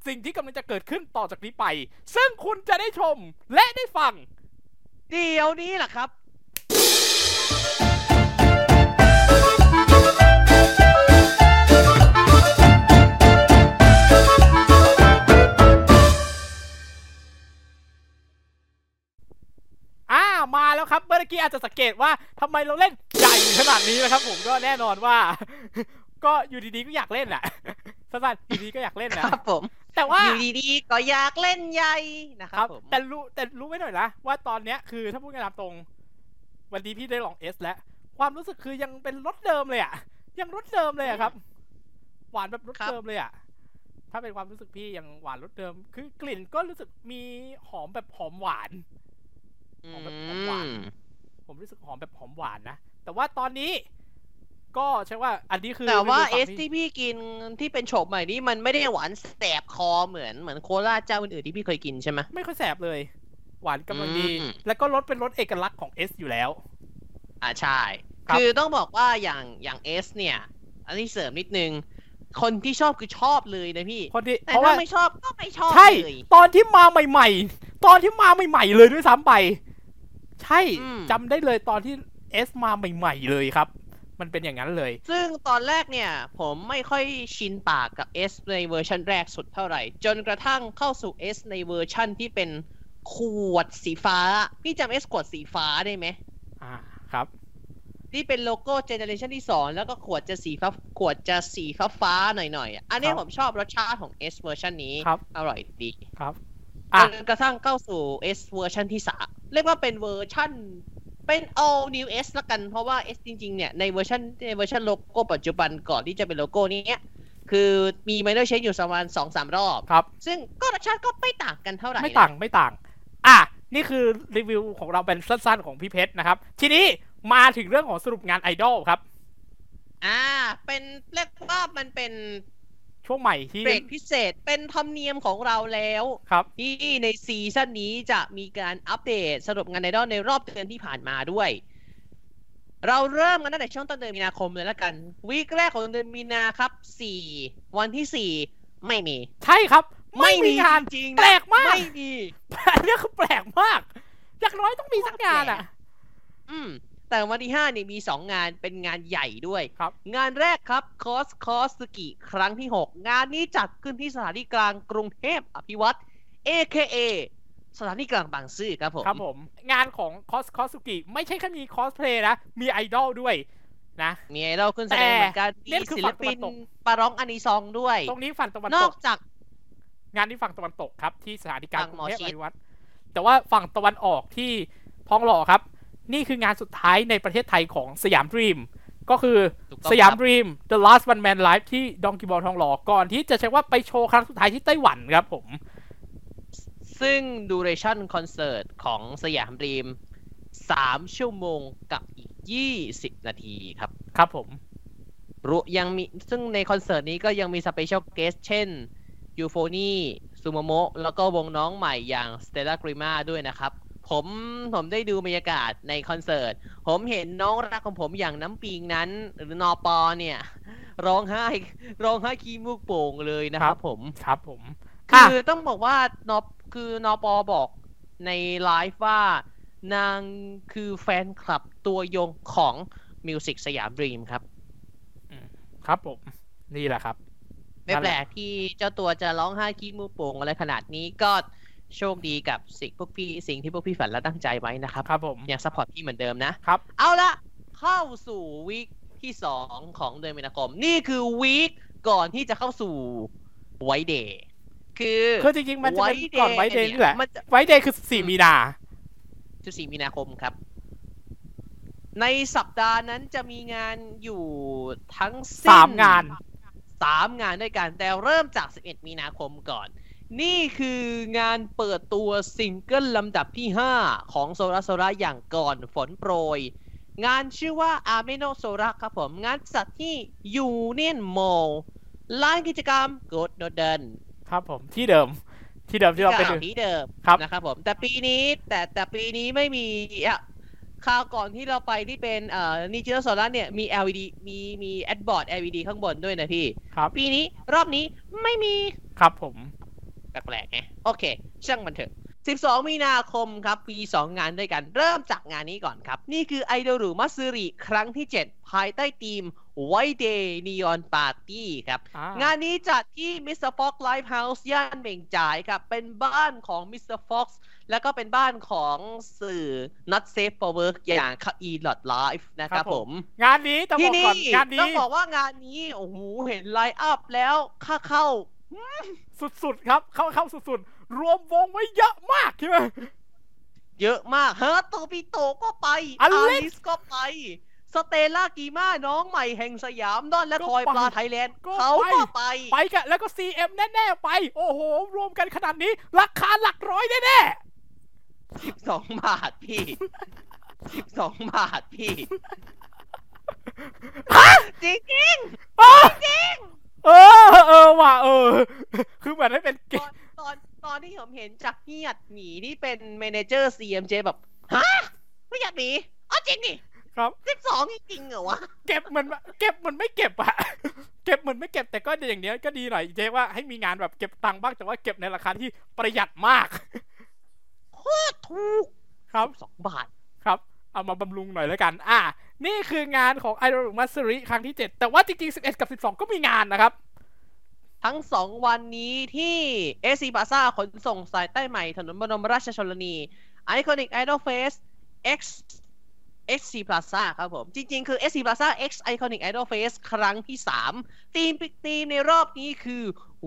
[SPEAKER 2] สิ่งที่กำลังจะเกิดขึ้นต่อจากนี้ไป ซึ่งคุณจะได้ชมและได้ฟัง
[SPEAKER 3] เดี๋ยวนี้แหละครับ
[SPEAKER 2] อ่ามาแล้วครับ เมื่อกี้อาจจะสังเกตว่าทำไมเราเล่นใหญ่ขนาดนี้นะครับ ผมก็แน่นอนว่า ก็อยู่ดีๆก็อยากเล่นอ่ะ สั้นๆอยู่ดีก็อยากเล่น
[SPEAKER 3] ค
[SPEAKER 2] นะ
[SPEAKER 3] รับผม
[SPEAKER 2] แต่ว่า
[SPEAKER 3] อยู่ดีๆ ก็อยากเล่นใหญ่นะค
[SPEAKER 2] ครั
[SPEAKER 3] รับบ ผม
[SPEAKER 2] แต่รู้แต่รู้ไว้หน่อยนะว่าตอนเนี้ยคือถ้าพูดกันตามตรง วันนี้พี่ได้ลองเอสแล้ว ความรู้สึกคือยังเป็นรถเดิมเลยอะยังรถเดิมเลยอะครับ หวานแบบรถ
[SPEAKER 3] ครับ
[SPEAKER 2] เดิมเลยอะถ้าเป็นความรู้สึกพี่ยังหวานรถเดิม คือกลิ่นก็รู้สึกมีหอมแบบหอมหวาน
[SPEAKER 3] อืม
[SPEAKER 2] ผมรู้สึกหอมแบบหอมหวานนะแต่ว่าตอนนี้ ก็ใช่ว่าอันนี้คือ
[SPEAKER 3] แต่ว่า
[SPEAKER 2] รี
[SPEAKER 3] เอ
[SPEAKER 2] วิ
[SPEAKER 3] ส
[SPEAKER 2] ฝั่ง
[SPEAKER 3] ที่พี่กินที่เป็นโฉมใหม่นี่มันไม่ได้หวานแสบคอเหมือนเหมือนโคลาเจ้าอื่นๆที่พี่เคยกินใช่ไหม
[SPEAKER 2] ไม่ค่อยแสบเลย หวานกำลังดี
[SPEAKER 3] อืม
[SPEAKER 2] แล้วก็รสเป็นรสเอกลักษณ์ของเอสอยู่แล้ว
[SPEAKER 3] อ่าใช่
[SPEAKER 2] ครับ
[SPEAKER 3] คือต้องบอกว่าอย่างอย่างเอสเนี่ย อันนี้เสริมนิดนึง คนที่ชอบคือชอบเลยนะพี่
[SPEAKER 2] คนที่
[SPEAKER 3] แต่
[SPEAKER 2] เพราะ
[SPEAKER 3] ถ้า
[SPEAKER 2] ว่า
[SPEAKER 3] ไม่ชอบก็ไม่ชอบ
[SPEAKER 2] ใช่
[SPEAKER 3] เลย
[SPEAKER 2] ตอนที่มาใหม่ ๆ ตอนที่มาใหม่ ๆ เลยด้วยซ้ำไป ใช่
[SPEAKER 3] อืม
[SPEAKER 2] จำได้เลยตอนที่เอสมาใหม่ ๆ เลยครับ มันเป็นอย่างนั้นเลย
[SPEAKER 3] ซึ่งตอนแรกเนี่ย ผมไม่ค่อยชินปากกับ S ในเวอร์ชันแรกสุดเท่าไหร่ จนกระทั่งเข้าสู่ S ในเวอร์ชันที่เป็น ขวดสีฟ้า พี่จำเอสขวดสีฟ้าได้ไหม
[SPEAKER 2] อ่าครับ
[SPEAKER 3] ที่เป็นโลโก้เจเนอเรชันที่สองแล้วก็ขวดจะสีฟ้าขวดจะสีฟ้าฟ้าๆหน่อยๆอ่ะอันนี้
[SPEAKER 2] ครับ
[SPEAKER 3] ผมชอบรสชาติของ S เวอร์ชันนี้
[SPEAKER 2] ครับ
[SPEAKER 3] อร่อยดี
[SPEAKER 2] ครับอ่ะ
[SPEAKER 3] จนกระทั่งเข้าสู่ S เวอร์ชันที่สามเรียกว่าเป็นเวอร์ชันเป็น all new S ละกัน เพราะว่า S จริงๆ เนี่ยในเวอร์ชันในเวอร์ชันโลโก้ปัจจุบันก่อนที่จะเป็นโลโก้นี้เนี่ยคือมี minor change อยู่ประมาณสองสามรอบ
[SPEAKER 2] ครับ
[SPEAKER 3] ซึ่งก็รสชาติก็ไม่ต่างกันเท่าไหร่นะ
[SPEAKER 2] ไม่ต่างไม่ต่าง อ่ะ นี่คือรีวิวของเราเป็นสั้นๆของพี่เพชรนะครับ ทีนี้มาถึงเรื่องของสรุปงานไอดอลครับ
[SPEAKER 3] อ่า เป็นเรียกว่ามันเป็น
[SPEAKER 2] ช่วงใหม่ที่
[SPEAKER 3] เบรกพิเศษ เป็นธรรมเนียมของเราแล้ว
[SPEAKER 2] ครับ
[SPEAKER 3] ที่ในซีซั่นนี้จะมีการอัปเดตสรุปงานไอดอลในรอบเดือนที่ผ่านมาด้วย เราเริ่มกันตั้งแต่ช่วงต้นเดือนมีนาคมเลยละกัน วีคแรกของเดือนมีนาครับ 4 วันที่ 4 ไม่มี
[SPEAKER 2] ใช่ครับ ไม่มีงาน
[SPEAKER 3] จริงๆ
[SPEAKER 2] แปลกมาก
[SPEAKER 3] ไม่มี
[SPEAKER 2] อันนี้คือแปลกมาก อย่างน้อยต้องมีสักงานอ่ะ
[SPEAKER 3] อืม แต่วันที่5เนี่ยมี 2 งานเป็นงานใหญ่ด้วย
[SPEAKER 2] ครับ
[SPEAKER 3] งานแรกครับคอสคอสกิครั้งที่ 6 งานนี้จัดขึ้นที่สถานีกลางกรุงเทพอภิวัตร AKA สถานีกลางบางซื่อครับผม
[SPEAKER 2] ครับผม งานของคอสคอสุกิไม่ใช่แค่มีคอสเพลย์นะ มีไอดอลด้วยนะ
[SPEAKER 3] มีไอดอลขึ้นแสดงเหมือนกัน
[SPEAKER 2] แต่
[SPEAKER 3] มีศิลปิน
[SPEAKER 2] เล่นคือฝั่งตะวันตก
[SPEAKER 3] ปาร้องอานิซองด้วย
[SPEAKER 2] ตรงนี้ฝั่งตะวัน
[SPEAKER 3] น
[SPEAKER 2] ต
[SPEAKER 3] อก
[SPEAKER 2] ก
[SPEAKER 3] จาก
[SPEAKER 2] งานที่ฝั่งตะวันตกครับ ที่สถานีกลางก
[SPEAKER 3] ฝั่
[SPEAKER 2] รุ
[SPEAKER 3] งหม
[SPEAKER 2] ง
[SPEAKER 3] อ
[SPEAKER 2] เทพ
[SPEAKER 3] ชิ
[SPEAKER 2] อ
[SPEAKER 3] ด
[SPEAKER 2] ภิวัตรแต่ว่าฝั่งตะวันออกที่ท้องหล่อครับ นี่คืองานสุดท้ายในประเทศไทยของสยามดรีม ก็คือ
[SPEAKER 3] ถูกต้อง
[SPEAKER 2] สยาม
[SPEAKER 3] ครับ
[SPEAKER 2] ดรีม The Last One Man Live ที่ดองกีบอลทองหล่อก่อนที่จะเช็คว่าไปโชว์ครั้งสุดท้ายที่ไต้หวันครับผม
[SPEAKER 3] ซึ่งดูเรชั่นคอนเสิร์ตของสยามดรีม 3 ชั่วโมงกับอีก 20 นาทีครับ
[SPEAKER 2] ครับผม
[SPEAKER 3] รวยังมีซึ่งในคอนเสิร์ตนี้ก็ยังมีสเปเชียลเกสเช่นยูโฟนีซูโมโมะแล้วก็วงน้องใหม่อย่างสเตล a ากริมาด้วยนะครับ ผมผมได้ดูบรรยากาศในคอนเสิร์ต ผมเห็นน้องรักของผมอย่างน้ำปิงนั้น หรือนอปอเนี่ย ร้องไห้ร้องไห้คีมูกโป่งเลยนะค
[SPEAKER 2] ครั
[SPEAKER 3] รับบ ผม
[SPEAKER 2] ครับผม
[SPEAKER 3] คื
[SPEAKER 2] อ่ะ
[SPEAKER 3] อต้องบอกว่านอคือนอปอบอกในไลฟ์ว่านางคือแฟนคลับตัวยงของมิวสิกสยามดรีมครับ
[SPEAKER 2] ครับผม นี่แหละครับ
[SPEAKER 3] ไม่แปลกที่เจ้าตัวจะร้องไห้คีมูกโป่งอะไรขนาดนี้ก็โชคดีกับสิ่งพวกพี่สิ่งที่พวกพี่ฝันและตั้งใจไว้นะครับ
[SPEAKER 2] ครับผม
[SPEAKER 3] ยังซัพพอร์ตพี่เหมือนเดิมนะ
[SPEAKER 2] ครับ
[SPEAKER 3] เอาละเข้าสู่วีคที่สองของเดือนมีนาคม นี่คือวีคก่อนที่จะเข้าสู่ไวเดย์คือ
[SPEAKER 2] คือจริงๆ มันจะเป็นก่อนไวเดย์นี่แหละ
[SPEAKER 3] มันจะ
[SPEAKER 2] ไวเดย์คือ 14 มีนา
[SPEAKER 3] 14มีนาคมครับ ในสัปดาห์นั้นจะมีงานอยู่ทั้งน
[SPEAKER 2] สามงาน
[SPEAKER 3] สามงานด้วยกัน แต่เริ่มจาก 11 มีนาคมก่อน นี่คืองานเปิดตัวซิงเกิลลำดับที่ 5 ของโซระโซระอย่างก่อนฝนโปรย งานชื่อว่าอาเมโนโซระครับผม งานจัดที่ยูเนียนโมลานกิจกรรมกดโดเดน
[SPEAKER 2] ครับผม ที่เดิม ที่เดิมที่เราไป
[SPEAKER 3] เก่า
[SPEAKER 2] ดู
[SPEAKER 3] ที่เดิม
[SPEAKER 2] ครับ
[SPEAKER 3] นะครับผม แต่ปีนี้แต่แต่ปีนี้ไม่มีอ่ะคราวก่อนที่เราไปที่เป็นเอ่อนิจิโนโซระเนี่ยมี LED มีมีแอดบอร์ด LED ข้างบนด้วยนะพี่
[SPEAKER 2] ครับ
[SPEAKER 3] ปีนี้รอบนี้ไม่มี
[SPEAKER 2] ครับผม
[SPEAKER 3] แปลกๆไงโอเค ช่างมันเถอะ 12 มีนาคมครับ มี 2 งานด้วยกัน เริ่มจากงานนี้ก่อนครับ นี่คือไอดอลมัสริครั้งที่ 7 ภายใต้ทีม White Day Neon Party ครับ
[SPEAKER 2] อ่าง
[SPEAKER 3] งานนี้จัดที่ Mr. Fox Livehouse ย่านเหม่งจ่ายครับ เป็นบ้านของ Mr. Fox แล้วก็เป็นบ้านของสื่อ Not Safe for Work อย่างค e l o t Live นะค
[SPEAKER 2] ครั
[SPEAKER 3] รับบผ
[SPEAKER 2] ผม ม งานนี้ต้องบ
[SPEAKER 3] ที่
[SPEAKER 2] อก
[SPEAKER 3] นี่
[SPEAKER 2] ก่อนงาน
[SPEAKER 3] ต้
[SPEAKER 2] นี้
[SPEAKER 3] องบอกว่างานนี้โอ้โหเห็นไลน์อัพแล้วค่าเข้า
[SPEAKER 2] สุดๆ ครับ เข้าเข้าสุดๆ รวมวงไว้เยอะมากใช่ไหม
[SPEAKER 3] เยอะมากเฮอร์ตโตปิโตก็ไป
[SPEAKER 2] อเล็กซ์
[SPEAKER 3] ลิสก็ไป สเตลล่ากีมาน้องใหม่แห่งสยามดอนและ
[SPEAKER 2] ก็
[SPEAKER 3] ทอย
[SPEAKER 2] ไป
[SPEAKER 3] ปลาไทยแลนด์
[SPEAKER 2] ก็
[SPEAKER 3] เขา
[SPEAKER 2] ไป
[SPEAKER 3] ก็ไป
[SPEAKER 2] ไปกันแล้วก็ CM แน่ๆ ไป โอ้โห รวมกันขนาดนี้ ราคาหลักร้อยแน่
[SPEAKER 3] 12 บาทพี่ 12 บาทพี่
[SPEAKER 2] ๆฮะ
[SPEAKER 3] จริงจริง
[SPEAKER 2] เออเออเออว่ะเออ คือเหมือนให้เป็นเก
[SPEAKER 3] ๆตอนตอนตอนที่ผมเห็นจากเฮียดหมีที่เป็นเมเนเจอร์ CMJ แบบ ฮะไม่อยากหนีอ๋อจริงดิ
[SPEAKER 2] ครับ
[SPEAKER 3] 12จริงๆเหรอวะ
[SPEAKER 2] เก็บเหมือนเก็บเหมือนไม่เก็บอะเก็บเหมือนไม่เก็บแต่ก็อย่างเนี้ยก็ดีหน่อยเจ๊ว่าให้มีงานแบบเก็บตังค์บ้างแต่ว่าเก็บในราคาที่ประหยัดมาก
[SPEAKER 3] ถูก
[SPEAKER 2] ครับ
[SPEAKER 3] 12 บาท
[SPEAKER 2] ครับ เอามาบำรุงหน่อยแล้วกัน อ่ะนี่คืองานของไอรอนมัสริครั้งที่ 7 แต่ว่าจริงๆ 11 กับ 12 ก็มีงานนะครับ
[SPEAKER 3] ทั้ง 2 วันนี้ที่ AC Plaza ขนส่งสายใต้ใหม่ถนนบรมราชชนนี Iconic Idol Fest X SC Plaza ครับผม จริง ๆ คือ SC Plaza X Iconic Idol Fest ครั้งที่ 3 ทีมทีมในรอบนี้คือ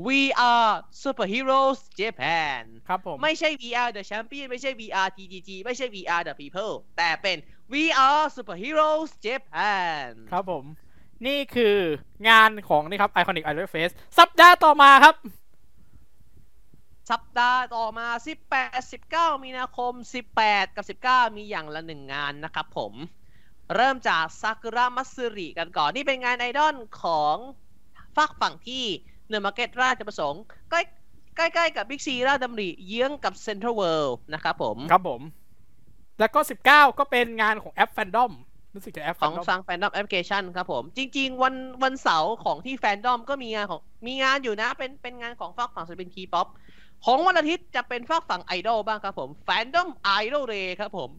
[SPEAKER 3] We Are Superheroes Japan
[SPEAKER 2] ครับผม
[SPEAKER 3] ไม่ใช่ VR The Champion ไม่ใช่ VR TGG ไม่ใช่ VR The People แต่เป็น VR Superheroes Japan
[SPEAKER 2] ครับผม นี่คืองานของนี่ครับ Iconic Idol Face สัปดาห์ต่อมาครับ
[SPEAKER 3] สัปดาห์ต่อมา 18 19 มีนาคม 18 กับ 19 มีอย่างละหนึ่งงานนะครับผม เริ่มจากซากุระมัตสึริกันก่อน นี่เป็นงานไอดอลของฝากฝั่งที่เนอร์มาร์เก็ตราชประสงค์ ใกล้ใกล้ๆกับบิ๊กซีราชดำริเยื้องกับเซ็นทรัลเวิลด์นะครับผม
[SPEAKER 2] ครับผม แล้วก็ 19 ก็เป็นงานของแอปแฟนดอมรู้สึกจะแอปแฟ
[SPEAKER 3] ขอน ง
[SPEAKER 2] ดอม
[SPEAKER 3] ฟังแฟนดอมแอปพลิเคชันครับผม จริง ๆ วันวันเสาร์ของที่แฟนดอมก็มีงานของมีงานอยู่นะ เป็นเป็นงานของฝากฝั่งศิลปินทีป๊อปของวันอาทิตย์จะเป็นฝากฝั่งไอดอลบ้างครับผมแฟนดอมไอดอลเ y ครับผม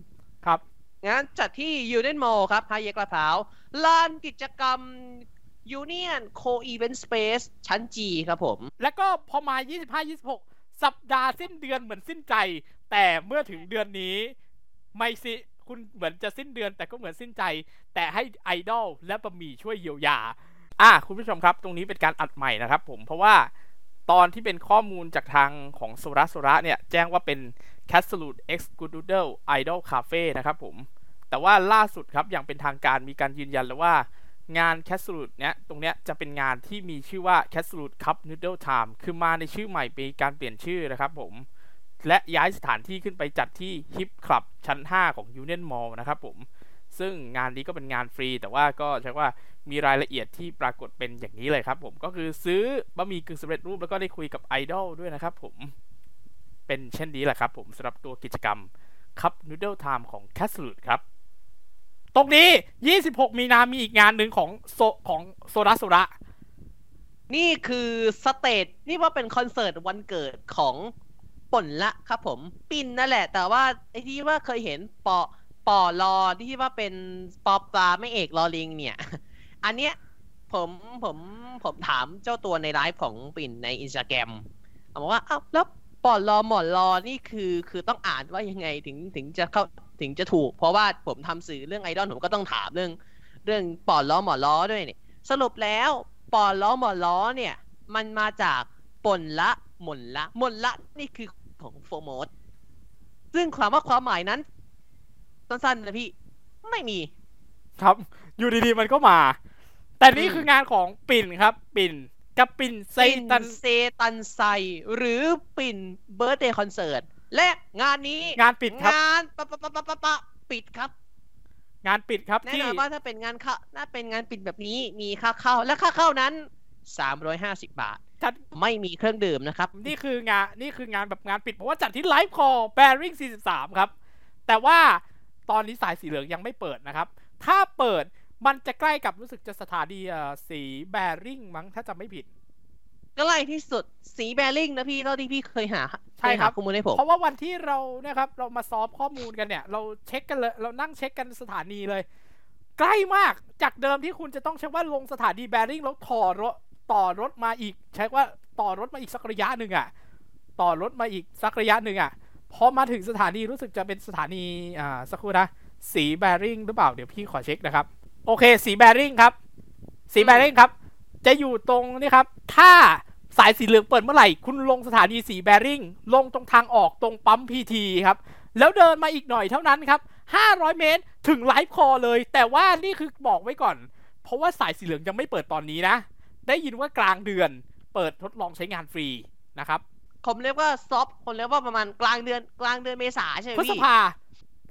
[SPEAKER 2] ครับ
[SPEAKER 3] งานจัดที่ยูเนียนมอลครับไฮเยกลาดพร้าวลานกิจกรรมยูเนียนโคอีเวนต์สเปซชั้นจีครับผม
[SPEAKER 2] แล้วก็พอมา 25 26 สัปดาห์สิ้นเดือนเหมือนสิ้นใจ แต่เมื่อถึงเดือนนี้ ไม่สิ คุณเหมือนจะสิ้นเดือนแต่ก็เหมือนสิ้นใจ แต่ให้ไอดอลและบะหมี่ช่วยเยียวยา อ่ะคุณผู้ชมครับ ตรงนี้เป็นการอัดใหม่นะครับผม เพราะว่าตอนที่เป็นข้อมูลจากทางของสุระสุระเนี่ย แจ้งว่าเป็น c a s l u t X Good Doodle Idol Cafe นะครับผม แต่ว่าล่าสุดครับอย่างเป็นทางการมีการยืนยันแล้วว่า งานแคสซูดเนี้ยตรงเนี้ยจะเป็นงานที่มีชื่อว่า c a s l u t Cup Noodle Time คือมาในชื่อใหม่เป็นการเปลี่ยนชื่อนะครับผม และย้ายสถานที่ขึ้นไปจัดที่ Hip Club ชั้น 5 ของ Union Mall นะครับผม ซึ่งงานนี้ก็เป็นงานฟรี แต่ว่าก็ใช้ว่ามีรายละเอียดที่ปรากฏเป็นอย่างนี้เลยครับผม ก็คือซื้อบะหมี่กึ่งสำเร็จรูปแล้วก็ได้คุยกับไอดอลด้วยนะครับผม เป็นเช่นนี้แหละครับผมสำหรับตัวกิจกรรม Cup Noodle Time ของ c a s l u t ครับ ตรงนี้ 26 มีนามีอีกงานหนึ่งของโซของโซระโซระ
[SPEAKER 3] นี่คือสเตจนี่ว่าเป็นคอนเสิร์ตวันเกิดของป่นละครับผม ปินนั่นแหละ แต่ว่าไอ้ที่ว่าเคยเห็นปอปอลอที่ว่าเป็นปอปลาไม่เอกลอลิงเนี่ย อันเนี้ยผมผมผมถามเจ้าตัวในไลฟ์ของปิ่นในอินสตาแกรมบอกว่าอ้าวแล้วปอลอหมอนลอนี่คือคือต้องอ่านว่ายังไงถึงถึงจะเข้าถึงจะถูก เพราะว่าผมทำสื่อเรื่องไอดอลผมก็ต้องถามเรื่อง เรื่องปอลอหมอนลอด้วยเนี่ย สรุปแล้วปอล้อหมอล้อเนี่ย มันมาจากปนละหมนละหมนละนี่คือของโฟโมดซึ่งความว่าความหมายนั้น สั้นๆนะพี่ ไม่มี
[SPEAKER 2] ครับ อยู่ดีๆมันก็มา แต่นี่คืองานของปิ่นครับ ปิ่นกับปิ่นไซ
[SPEAKER 3] ปิ่น
[SPEAKER 2] ตัน
[SPEAKER 3] เซตันไซ หรือปิ่นเบิร์ d เดย์คอนเสิร์ตและงานนี้
[SPEAKER 2] งานปิดครับ
[SPEAKER 3] งานปะปะปะปะปะปะปิดครับ
[SPEAKER 2] งานปิดครับ
[SPEAKER 3] แน่
[SPEAKER 2] ที่
[SPEAKER 3] นอนว่าถ้าเป็นงานเข้าน่าเป็นงานปิดแบบนี้มีค่าเข้า และค่าเข้านั้น 350 บาท
[SPEAKER 2] จัด
[SPEAKER 3] ไม่มีเครื่องดื่มนะครับ
[SPEAKER 2] นี่คืองานนี่คืองานแบบงานปิด เพราะว่าจัดที่ไลฟ์คอแบริ่ง43 ครับ แต่ว่าตอนนี้สายสีเหลืองยังไม่เปิดนะครับ ถ้าเปิดมันจะใกล้กับรู้สึกจะสถานีเอ่อสีแบริ่งมั้งถ้าจำไม่ผิด
[SPEAKER 3] ใกล้ที่สุดสีแบริ่งนะพี่เท่าที่พี่เคยหา
[SPEAKER 2] ใช่ครับ
[SPEAKER 3] เยหาข้อมูลให้ผม
[SPEAKER 2] เพราะว่าวันที่เราเนี่ยครับเรามาซ้อมข้อมูลกันเนี่ย เราเช็คกันเลยเรานั่งเช็คกันสถานีเลย ใกล้มากจากเดิมที่คุณจะต้องเช็คว่าลงสถานีแบริ่งแล้วต่อรถต่อรถมาอีกเช็คว่าต่อรถมาอีกสักระยะหนึ่งอะ่ะต่อรถมาอีกสักระยะหนึ่งอะ่ะพอมาถึงสถานีรู้สึกจะเป็นสถานีอ่าสักครู่นะสีแบริ่งหรือเปล่าเดี๋ยวพี่ขอเช็คนะครับโอเคสีแบริ่งครับ สีแบริ่งครับ จะอยู่ตรงนี่ครับ ถ้าสายสีเหลืองเปิดเมื่อไหร่ คุณลงสถานีสีแบริ่ง ลงตรงทางออกตรงปั๊มพีทีครับ แล้วเดินมาอีกหน่อยเท่านั้นครับ 500 เมตรถึงไลฟ์คอเลย แต่ว่านี่คือบอกไว้ก่อน เพราะว่าสายสีเหลืองยังไม่เปิดตอนนี้นะ ได้ยินว่ากลางเดือน เปิดทดลองใช้งานฟรีนะครับ
[SPEAKER 3] ผมเรียกว่าซอฟคนเรียกว่าประมาณกลางเดือนกลางเดือนเมษาใช่ไหม
[SPEAKER 2] พฤษ
[SPEAKER 3] พี่
[SPEAKER 2] ภา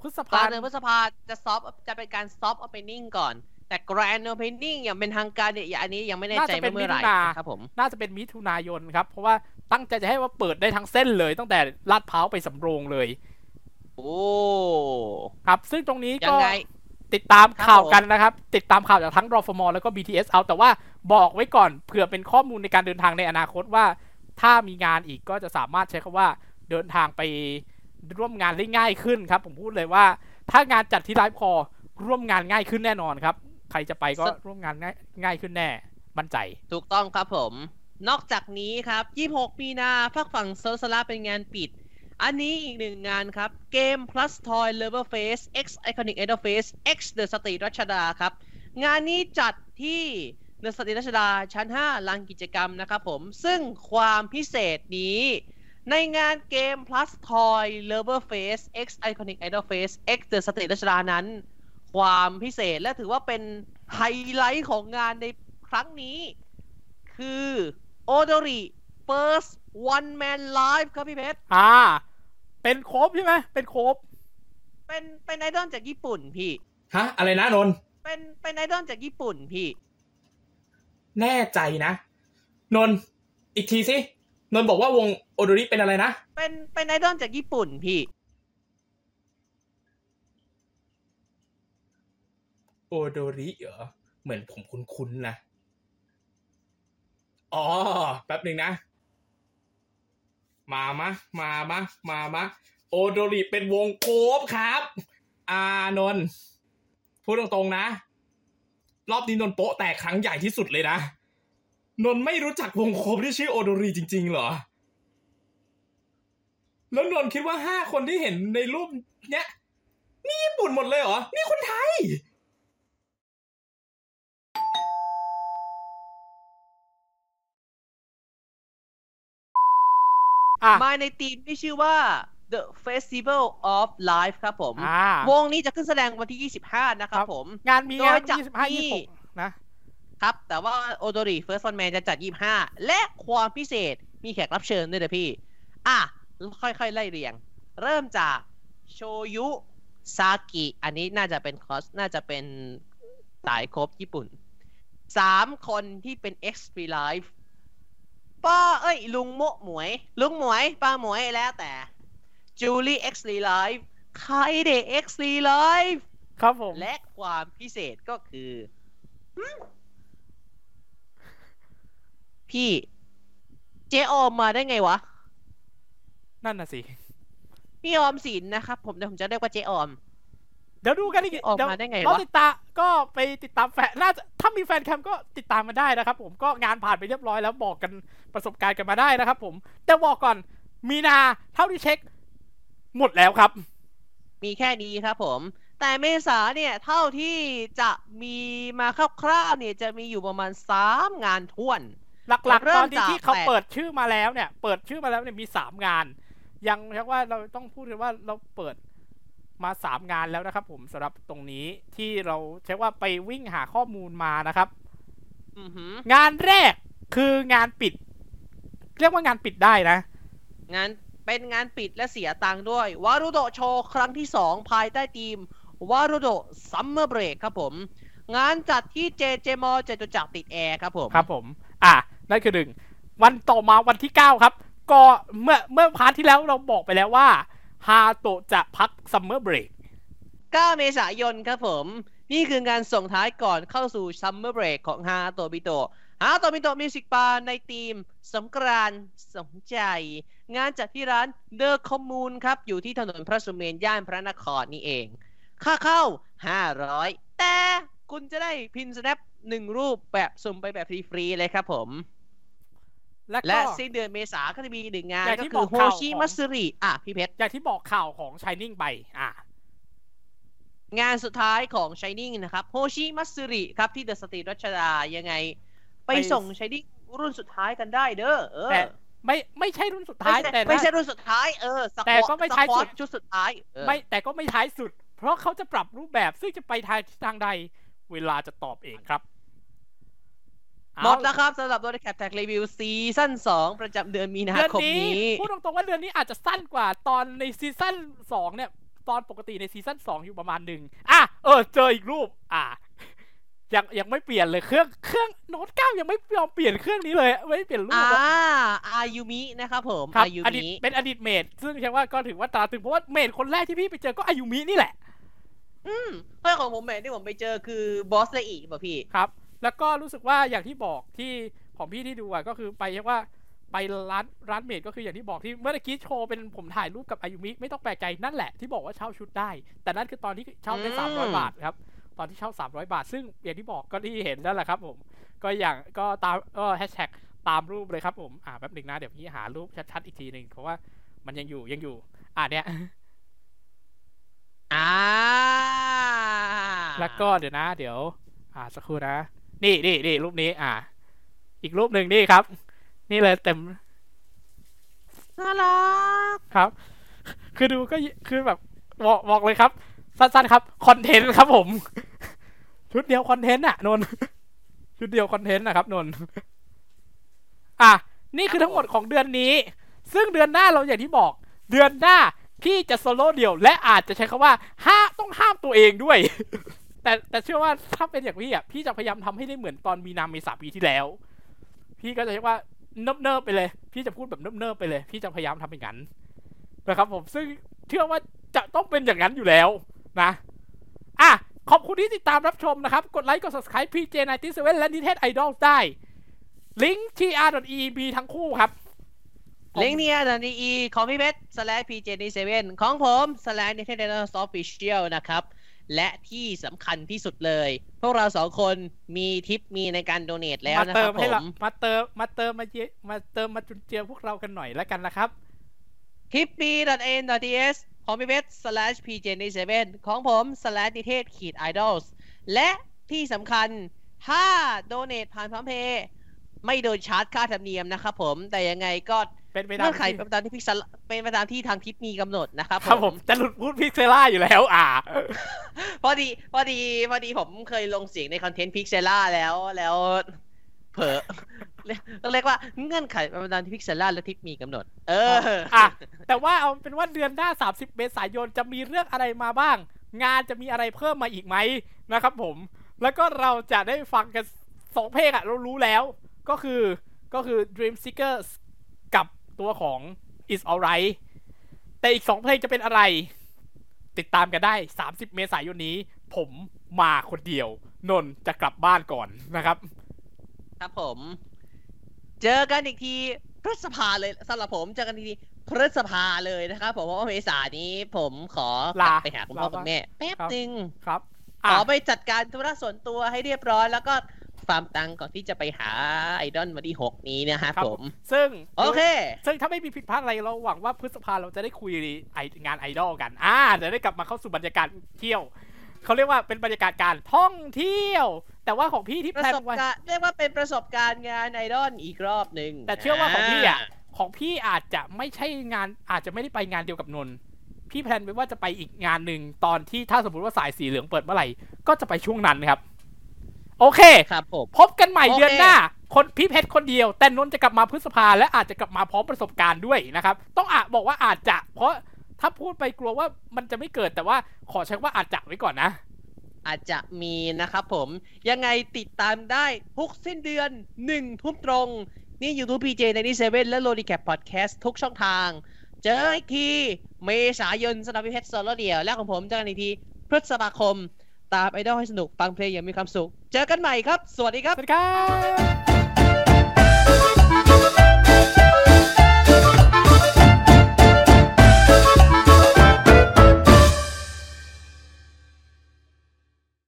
[SPEAKER 2] พฤษ
[SPEAKER 3] ก
[SPEAKER 2] ภา
[SPEAKER 3] ลางเดือนพฤษภาจะซอฟจะเป็นการซอฟ t อ p e เ i n g ก่อน แต่ grand opening อย่างเป็นทางการเนี่ยอันนี้ยังไม่แน่ใจว่าเมื่อไหร่นะครับผม
[SPEAKER 2] น่าจะเป็นมิถุนายนครับ เพราะว่าตั้งใจจะให้ว่าเปิดได้ทั้งเส้นเลย ตั้งแต่ลาดพร้าวไปสำโรงเลย
[SPEAKER 3] โอ้
[SPEAKER 2] ครับ ซึ่งตรงนี้
[SPEAKER 3] ยั
[SPEAKER 2] ก็
[SPEAKER 3] งไง
[SPEAKER 2] ติดตามข่าว
[SPEAKER 3] ครับผม
[SPEAKER 2] กันนะครับ ติดตามข่าวจากทั้งรอฟมอแล้วก็ BTS เอาแต่ว่าบอกไว้ก่อนเผื่อเป็นข้อมูลในการเดินทางในอนาคตว่า ถ้ามีงานอีกก็จะสามารถใช้คำว่าเดินทางไปร่วมงานได้ง่ายขึ้นครับ ผมพูดเลยว่า ถ้างานจัดที่ไลฟ์คอร์ร่วมงานง่ายขึ้นแน่นอนครับ ใครจะไปก็ร่วมงานง่ายง่ายขึ้นแน่ มั่นใจ
[SPEAKER 3] ถูกต้องครับผม นอกจากนี้ครับ 26 มีนาภาคฝั่งเซอร์ซลาเป็นงานปิด อันนี้อีกหนึ่งงานครับ เกม plus toy lover face x iconic e d o face x the street รัชดาครับ งานนี้จัดที่เนสติรัชดาชั้น 5 ลานกิจกรรมนะครับผม ซึ่งความพิเศษนี้ ในงานเกม plus toy lover face x iconic e d o face x the street รัชดานั้น ความพิเศษและถือว่าเป็นไฮไลท์ของงานในครั้งนี้ คือโอโดริเปิร์สวันแมนไลฟ์ครับพี่เพชร
[SPEAKER 2] อ่า เป็นโคบใช่ไหมเป็นโคบ
[SPEAKER 3] เป็นเป็นไอดอลจากญี่ปุ่นพี่
[SPEAKER 5] ฮะ อะไรนะนนท์
[SPEAKER 3] เป็นเป็นไอดอลจากญี่ปุ่นพี่
[SPEAKER 5] แน่ใจนะ นนท์อีกทีสิ นนท์บอกว่าวงโอดริเป็นอะไรนะ
[SPEAKER 3] เป็นเป็นไอดอลจากญี่ปุ่นพี่
[SPEAKER 5] โอโดริเหรอ เหมือนผมคุ้นๆนะ อ๋อ แป๊บหนึ่งนะ มามะ มามะ มามะ โอโดริเป็นวงโคบครับ อานนท์พูดตรงๆนะ รอบนี้นนท์โปะแตกครั้งใหญ่ที่สุดเลยนะ นนท์ไม่รู้จักวงโคบที่ชื่อโอโดริจริง ๆ เหรอ แล้วนนท์คิดว่าห้าคนที่เห็นในรูปเนี้ย นี่ญี่ปุ่นหมดเลยเหรอ นี่คนไทย
[SPEAKER 2] อ่ะ
[SPEAKER 3] มาในทีมที่ชื่อว่า The Festival of Life ครับผม
[SPEAKER 2] อ่า
[SPEAKER 3] วงนี้จะขึ้นแสดงวันที่ 25 นะครั
[SPEAKER 2] ค
[SPEAKER 3] บ
[SPEAKER 2] รับ
[SPEAKER 3] ผม
[SPEAKER 2] งานมี
[SPEAKER 3] โด
[SPEAKER 2] งาย น
[SPEAKER 3] จาก
[SPEAKER 2] ยี่สิบห้า
[SPEAKER 3] ที่
[SPEAKER 2] ยี่สิบหกนะครับ
[SPEAKER 3] แต่ว่าโอโดริเฟิร์ส n อนแมนจะจัด 25 และความพิเศษมีแขกรับเชิญด้วยนะพี่ อ่ะ ค่อยๆ ไล่เรียง เริ่มจากโชยุซากิ อันนี้น่าจะเป็นคอส น่าจะเป็นสายครบญี่ปุ่น สามคนที่เป็น XP Live ป้าเอ้ย ลุงโมะหมวย ลุงหมวย ป้าหมวยแล้วแต่จูลี่ X Live ใครเด X Live
[SPEAKER 2] ครับผม
[SPEAKER 3] และความพิเศษก็คือ หึพี่เจออมมาได้ไงวะ
[SPEAKER 2] นั่นน่ะสิ
[SPEAKER 3] พี่ออมสินนะครับ ผมเดี๋ยวผมจะเรียกว่าเจออม
[SPEAKER 2] เดี๋ยวดูกันอีก
[SPEAKER 3] ออกมา
[SPEAKER 2] เยว
[SPEAKER 3] ได้ไงวะ
[SPEAKER 2] รอติดตามก็ไปติดตามแฟนน่าจะถ้ามีแฟนแคมก็ติดตามมาได้นะครับผมก็งานผ่านไปเรียบร้อยแล้วบอกกันประสบการณ์กันมาได้นะครับผม แต่บอกก่อนมีนาเท่าที่เช็ค หมดแล้วครับ
[SPEAKER 3] มีแค่นี้ครับผม แต่เมษาเนี่ย เท่าที่จะมีมาคร่าวๆเนี่ยจะมีอยู่ประมาณสามงานท่วน
[SPEAKER 2] หลัก
[SPEAKER 3] เริ่
[SPEAKER 2] ๆ ต
[SPEAKER 3] ม
[SPEAKER 2] อนนี้ที่เขา
[SPEAKER 3] จากแปด
[SPEAKER 2] เปิดชื่อมาแล้วเนี่ย เปิดชื่อมาแล้วเนี่ยมีสามงาน ยังเรียกว่าเราต้องพูดกันว่าเราเปิดมาสามงานแล้วนะครับ ผมสำหรับตรงนี้ที่เราเช็คว่าไปวิ่งหาข้อมูลมานะครับ
[SPEAKER 3] อือหือง
[SPEAKER 2] านแรกคืองานปิด เรียกว่างานปิดได้นะ
[SPEAKER 3] งั้นเป็นงานปิดและเสียตังค์ด้วยวารุโดโชว์ครั้งที่สองภายใต้ทีมวารุโดซัมเมอร์เบรกครับผม งานจัดที่เจเจมอเจตุจักรติดแอร์ครับผม
[SPEAKER 2] ครับผม อ่ะ นั่นคือหนึ่ง วันต่อมาวันที่ 9 ครับ ก็เมื่อเมื่อพาร์ทที่แล้วเราบอกไปแล้วว่า ฮาโตะจะพักซัมเมอร์เบรก
[SPEAKER 3] 9 เมษายนครับผม นี่คืองานส่งท้ายก่อนเข้าสู่ซัมเมอร์เบรกของฮาโตบิโตฮาโตบิโตมิวสิกบาร์ในทีมสงกรานต์สงใจ งานจัดที่ร้านเดอะคอมมูนครับ อยู่ที่ถนนพระสุเมนย่านพระนครนี่เอง ค่าเข้า 500 แต่คุณจะได้พินสแนปหนึ่งรูปแบบสุ่มไปแบบฟรีๆเลยครับผม
[SPEAKER 2] และก็
[SPEAKER 3] และสิ้นเดือนเมษาก็จะมีอีกหนึ่งงาน
[SPEAKER 2] อย่าง
[SPEAKER 3] ก็
[SPEAKER 2] ที่
[SPEAKER 3] คื
[SPEAKER 2] บ
[SPEAKER 3] อ
[SPEAKER 2] อก
[SPEAKER 3] โฮ
[SPEAKER 2] ข่าว
[SPEAKER 3] ชิ
[SPEAKER 2] ของ
[SPEAKER 3] มัตสึริอ่ะพี่เพชร
[SPEAKER 2] อย่างที่บอกข่าวของชายนิ่งไป อ่ะ
[SPEAKER 3] งานสุดท้ายของ Shining นะครับโฮชิมัตสึริครับที่เดอะสตรีรัชดายังไง ไป
[SPEAKER 2] ไป
[SPEAKER 3] ส่ง Shining รุ่นสุดท้ายกันได้เด้อเออ
[SPEAKER 2] แต่ ไม่ไม่ใช่รุ่นสุดท้าย
[SPEAKER 3] ไม่ใช่
[SPEAKER 2] แต่
[SPEAKER 3] ไม่ใช่
[SPEAKER 2] นะ
[SPEAKER 3] รุ่นสุดท้ายเออสควอ
[SPEAKER 2] แต่ก็ไม่ท้ายสุด
[SPEAKER 3] สควอชุดสุดท้ายเออ
[SPEAKER 2] ไม่แต่ก็ไม่ท้ายสุด เพราะเขาจะปรับรูปแบบซึ่งจะไปทางทางใด เวลาจะตอบเองครับ
[SPEAKER 3] หมด
[SPEAKER 2] เอา
[SPEAKER 3] แล้วครับสำหรับโดนแคปแท็กรีวิวซีซั่น2 ประจำเดือนมีนา
[SPEAKER 2] เดือน
[SPEAKER 3] คม
[SPEAKER 2] นี้
[SPEAKER 3] นี้
[SPEAKER 2] พูดตรงๆว่าเดือนนี้อาจจะสั้นกว่าตอนในซีซั่นสองเนี่ย ตอนปกติในซีซั่นสองอยู่ประมาณหนึ่งอ่ะเออเจออีกรูป อ่ะ ยังยังไม่เปลี่ยนเลยเครื่องเครื่องโน้ตเก้ายังไม่ยอมเปลี่ยนเครื่องนี้เลย ไม่เปลี่ยนรูป
[SPEAKER 3] อ่า
[SPEAKER 2] อะ
[SPEAKER 3] อายุมินะครับผม
[SPEAKER 2] ครับ
[SPEAKER 3] อายุ
[SPEAKER 2] อดีต
[SPEAKER 3] มิ
[SPEAKER 2] เป็นอดีตเมดซึ่งใช่ว่าก็ถือว่าตราตรึงเพราะว่าเมดคนแรกที่พี่ไปเจอก็อายุมินี่แหละ
[SPEAKER 3] อืมเพื่อนของผมแหม่ที่ผมไปเจอคือบอสเลอีป่ะพี่
[SPEAKER 2] ครับ แล้วก็รู้สึกว่าอย่างที่บอกที่ของพี่ที่ดูอ่ะก็คือไปเรียกว่าไปร้านร้านเมดก็คืออย่างที่บอกที่เมื่อกี้โชว์เป็นผมถ่ายรูปกับอายุมิไม่ต้องแปลกใจนั่นแหละที่บอกว่าเช่าชุดได้ แต่นั่นคือตอนที่เช่าได้
[SPEAKER 3] อื
[SPEAKER 2] สามร้อย
[SPEAKER 3] ม
[SPEAKER 2] บาทครับตอนที่เช่าสามร้อยบาท ซึ่งอย่างที่บอกก็ที่เห็นนั่นแหละครับผมก็อย่างก็ตามก็แฮชแท็ก ตามรูปเลยครับผม อ่าแป๊บหนึ่งนะเดี๋ยวพี่หารูปชัดๆอีกทีหนึ่งเพราะว่ามันยังอยู่ยังอยู่ อ่าเนี่ย
[SPEAKER 3] อ่า
[SPEAKER 2] แล้วก็เดี๋ยวนะ เดี๋ยว อ่าสักครู่นะ นี่นี่นี่รูปนี้ อ่า อีกรูปหนึ่งนี่ครับ นี่เลยเต็ม
[SPEAKER 3] น่ารัก
[SPEAKER 2] ครับ คือดูก็ยคือแบบบอกบอกเลยครับ สั้นๆครับ คอนเทนต์ครับผม ชุดเดียวคอนเทนต์น่ะนนท์ ชุดเดียวคอนเทนต์นะครับนนท์ อ่ะ นี่คือทั้งหมดของเดือนนี้ ซึ่งเดือนหน้าเราอย่างที่บอก เดือนหน้าพี่จะโซโล่เดี่ยว และอาจจะใช้คำว่าห้าต้องห้ามตัวเองด้วย แต่แต่เชื่อว่าถ้าเป็นอย่างพี่อ่ะพี่จะพยายามทำให้ได้เหมือนตอนมีนาเมษาปีที่แล้ว พี่ก็จะเรียกว่าเนิบๆไปเลย พี่จะพูดแบบเนิบๆไปเลย พี่จะพยายามทำอย่างนั้น นะครับผมซึ่งเชื่อว่าจะต้องเป็นอย่างนั้นอยู่แล้วนะ อ่ะ ขอบคุณที่ติดตามรับชมนะครับ กดไลค์กด subscribe PJ97 และนิเทศ Idol ได้ ลิงก์ tr.eb ทั้งคู่ครับ
[SPEAKER 3] ลิงก์เนี่ยดันดีของพี่เบส slash pj 7 7ของผม slash n i t e n d o s o f f i c i a l นะครับ และที่สำคัญที่สุดเลย พวกเราสองคนมีทิปมีในการโดเน a t แล้ว
[SPEAKER 2] มา
[SPEAKER 3] นะค
[SPEAKER 2] เติ
[SPEAKER 3] รั
[SPEAKER 2] ม
[SPEAKER 3] บผ
[SPEAKER 2] ให้เรา
[SPEAKER 3] ม
[SPEAKER 2] มาเติมมาเติมมาเยมาเติมมาจุนเจือพวกเรากันหน่อยแล้วกันนะครับ
[SPEAKER 3] ทิป b.n.ts ของพี่เบส slash pj 7 7ของผม slash นิเทศขีด idols และที่สำคัญถ้าโดเน a t ผ่านพร้อมเพย์ไม่โดนชาร์จค่าธรรมเนียมนะครับผมแต่ยังไงก็
[SPEAKER 2] เป็นไปได้
[SPEAKER 3] เงื่อนไขเป็นไปตามที่พิกซลเป็นไปตามที่ทางทิปมีกำหนดนะครับ
[SPEAKER 2] ครับผม จะหลุดพูดพิกเซล่าอยู่แล้วอ่ะ
[SPEAKER 3] พอดีพอดีพอดีผมเคยลงเสียงในคอนเทนต์พิกเซล่าแล้วแล้วเผลอ เรียกต้องเรียกว่าเงื่อนไขประมาณที่พิกเซล่าและทิปมีกำหนด เออ
[SPEAKER 2] อ่ะ แต่ว่าเอาเป็นว่าเดือนหน้า 30 เมษายนจะมีเรื่องอะไรมาบ้าง งานจะมีอะไรเพิ่มมาอีกไหมนะครับผม แล้วก็เราจะได้ฟังกันสองเพลงอะเรารู้แล้ว ก็คือก็คือ Dream Seekers กับตัวของ Is Alright แต่อีกสองเพลงจะเป็นอะไร ติดตามกันได้ 30 เมษายนนี้ ผมมาคนเดียว นนท์จะกลับบ้านก่อนนะครับ
[SPEAKER 3] ครับผม เจอกันอีกทีพฤษภาเลยสำหรับผมเจอกันอีกทีพฤษภาเลยนะครับผมเพราะว่าเมษานี้ผมขอกลับ
[SPEAKER 2] ลา
[SPEAKER 3] ไปหาคุณพ่อ
[SPEAKER 2] ลา
[SPEAKER 3] คุณแม่แป๊บ
[SPEAKER 2] ครับ
[SPEAKER 3] หนึ่ง
[SPEAKER 2] ครับ
[SPEAKER 3] ข
[SPEAKER 2] ะ
[SPEAKER 3] อไปจัดการธุระส่วนตัวให้เรียบร้อย แล้วก็ฟาร์มตังค์ก่อนที่จะไปหาไอดอลวันที่หกนี้นะครับ
[SPEAKER 2] ครับ
[SPEAKER 3] ผม
[SPEAKER 2] ซึ่ง
[SPEAKER 3] โอเค
[SPEAKER 2] ซึ่งถ้าไม่มีผิดพลาดอะไรเราหวังว่าพฤษภาเราจะได้คุยไองานไอดอลกัน อ่าจะได้กลับมาเข้าสู่บรรยากาศเที่ยว เขาเรียกว่าเป็นบรรยากาศการท่องเที่ยว แต่ว่าของพี่ที่
[SPEAKER 3] ป
[SPEAKER 2] แพล
[SPEAKER 3] ระ
[SPEAKER 2] น
[SPEAKER 3] สบ
[SPEAKER 2] ไว้
[SPEAKER 3] การณ์เรียกว่าเป็นประสบการณ์งานไอดอลอีกรอบหนึ่ง
[SPEAKER 2] แต่เชื่อว่าของพี่อ่ะ ของพี่อาจจะไม่ใช่งานอาจจะไม่ได้ไปงานเดียวกับนนท์พี่แพลนไว้ว่าจะไปอีกงานหนึ่งตอนที่ถ้าสมมติว่าสายสีเหลืองเปิดเมื่อไหร่ ก็จะไปช่วงนั้นครับ โอเค
[SPEAKER 3] ครับผม
[SPEAKER 2] พบกันใหม่
[SPEAKER 3] โอเค
[SPEAKER 2] เดือนหน้า คนพี่เพชรคนเดียว แต่นนท์จะกลับมาพฤษภาและอาจจะกลับมาพร้อมประสบการณ์ด้วยนะครับ ต้องอาจบอกว่าอาจจะ เพราะถ้าพูดไปกลัวว่ามันจะไม่เกิดแต่ว่าขอใช้คำว่าอาจจะไว้ก่อนนะ
[SPEAKER 3] อาจจะมีนะครับผม ยังไงติดตามได้ทุกสิ้นเดือนหนึ่งทุ่มตรง นี่ YouTube PJ ในนี้เซเว่นและโลดีแคปพอดแคสต์ทุกช่องทาง เจออีกที เมษายนสำหรับพี่เพชรโซโลเดียว และของผมเจอกันอีกที พฤษภาคม ตามไอดอลให้สนุกฟังเพลงอย่างมีความสุข เจอกันใหม่ครับ สวัสดีครับ
[SPEAKER 2] สวัสดีครับ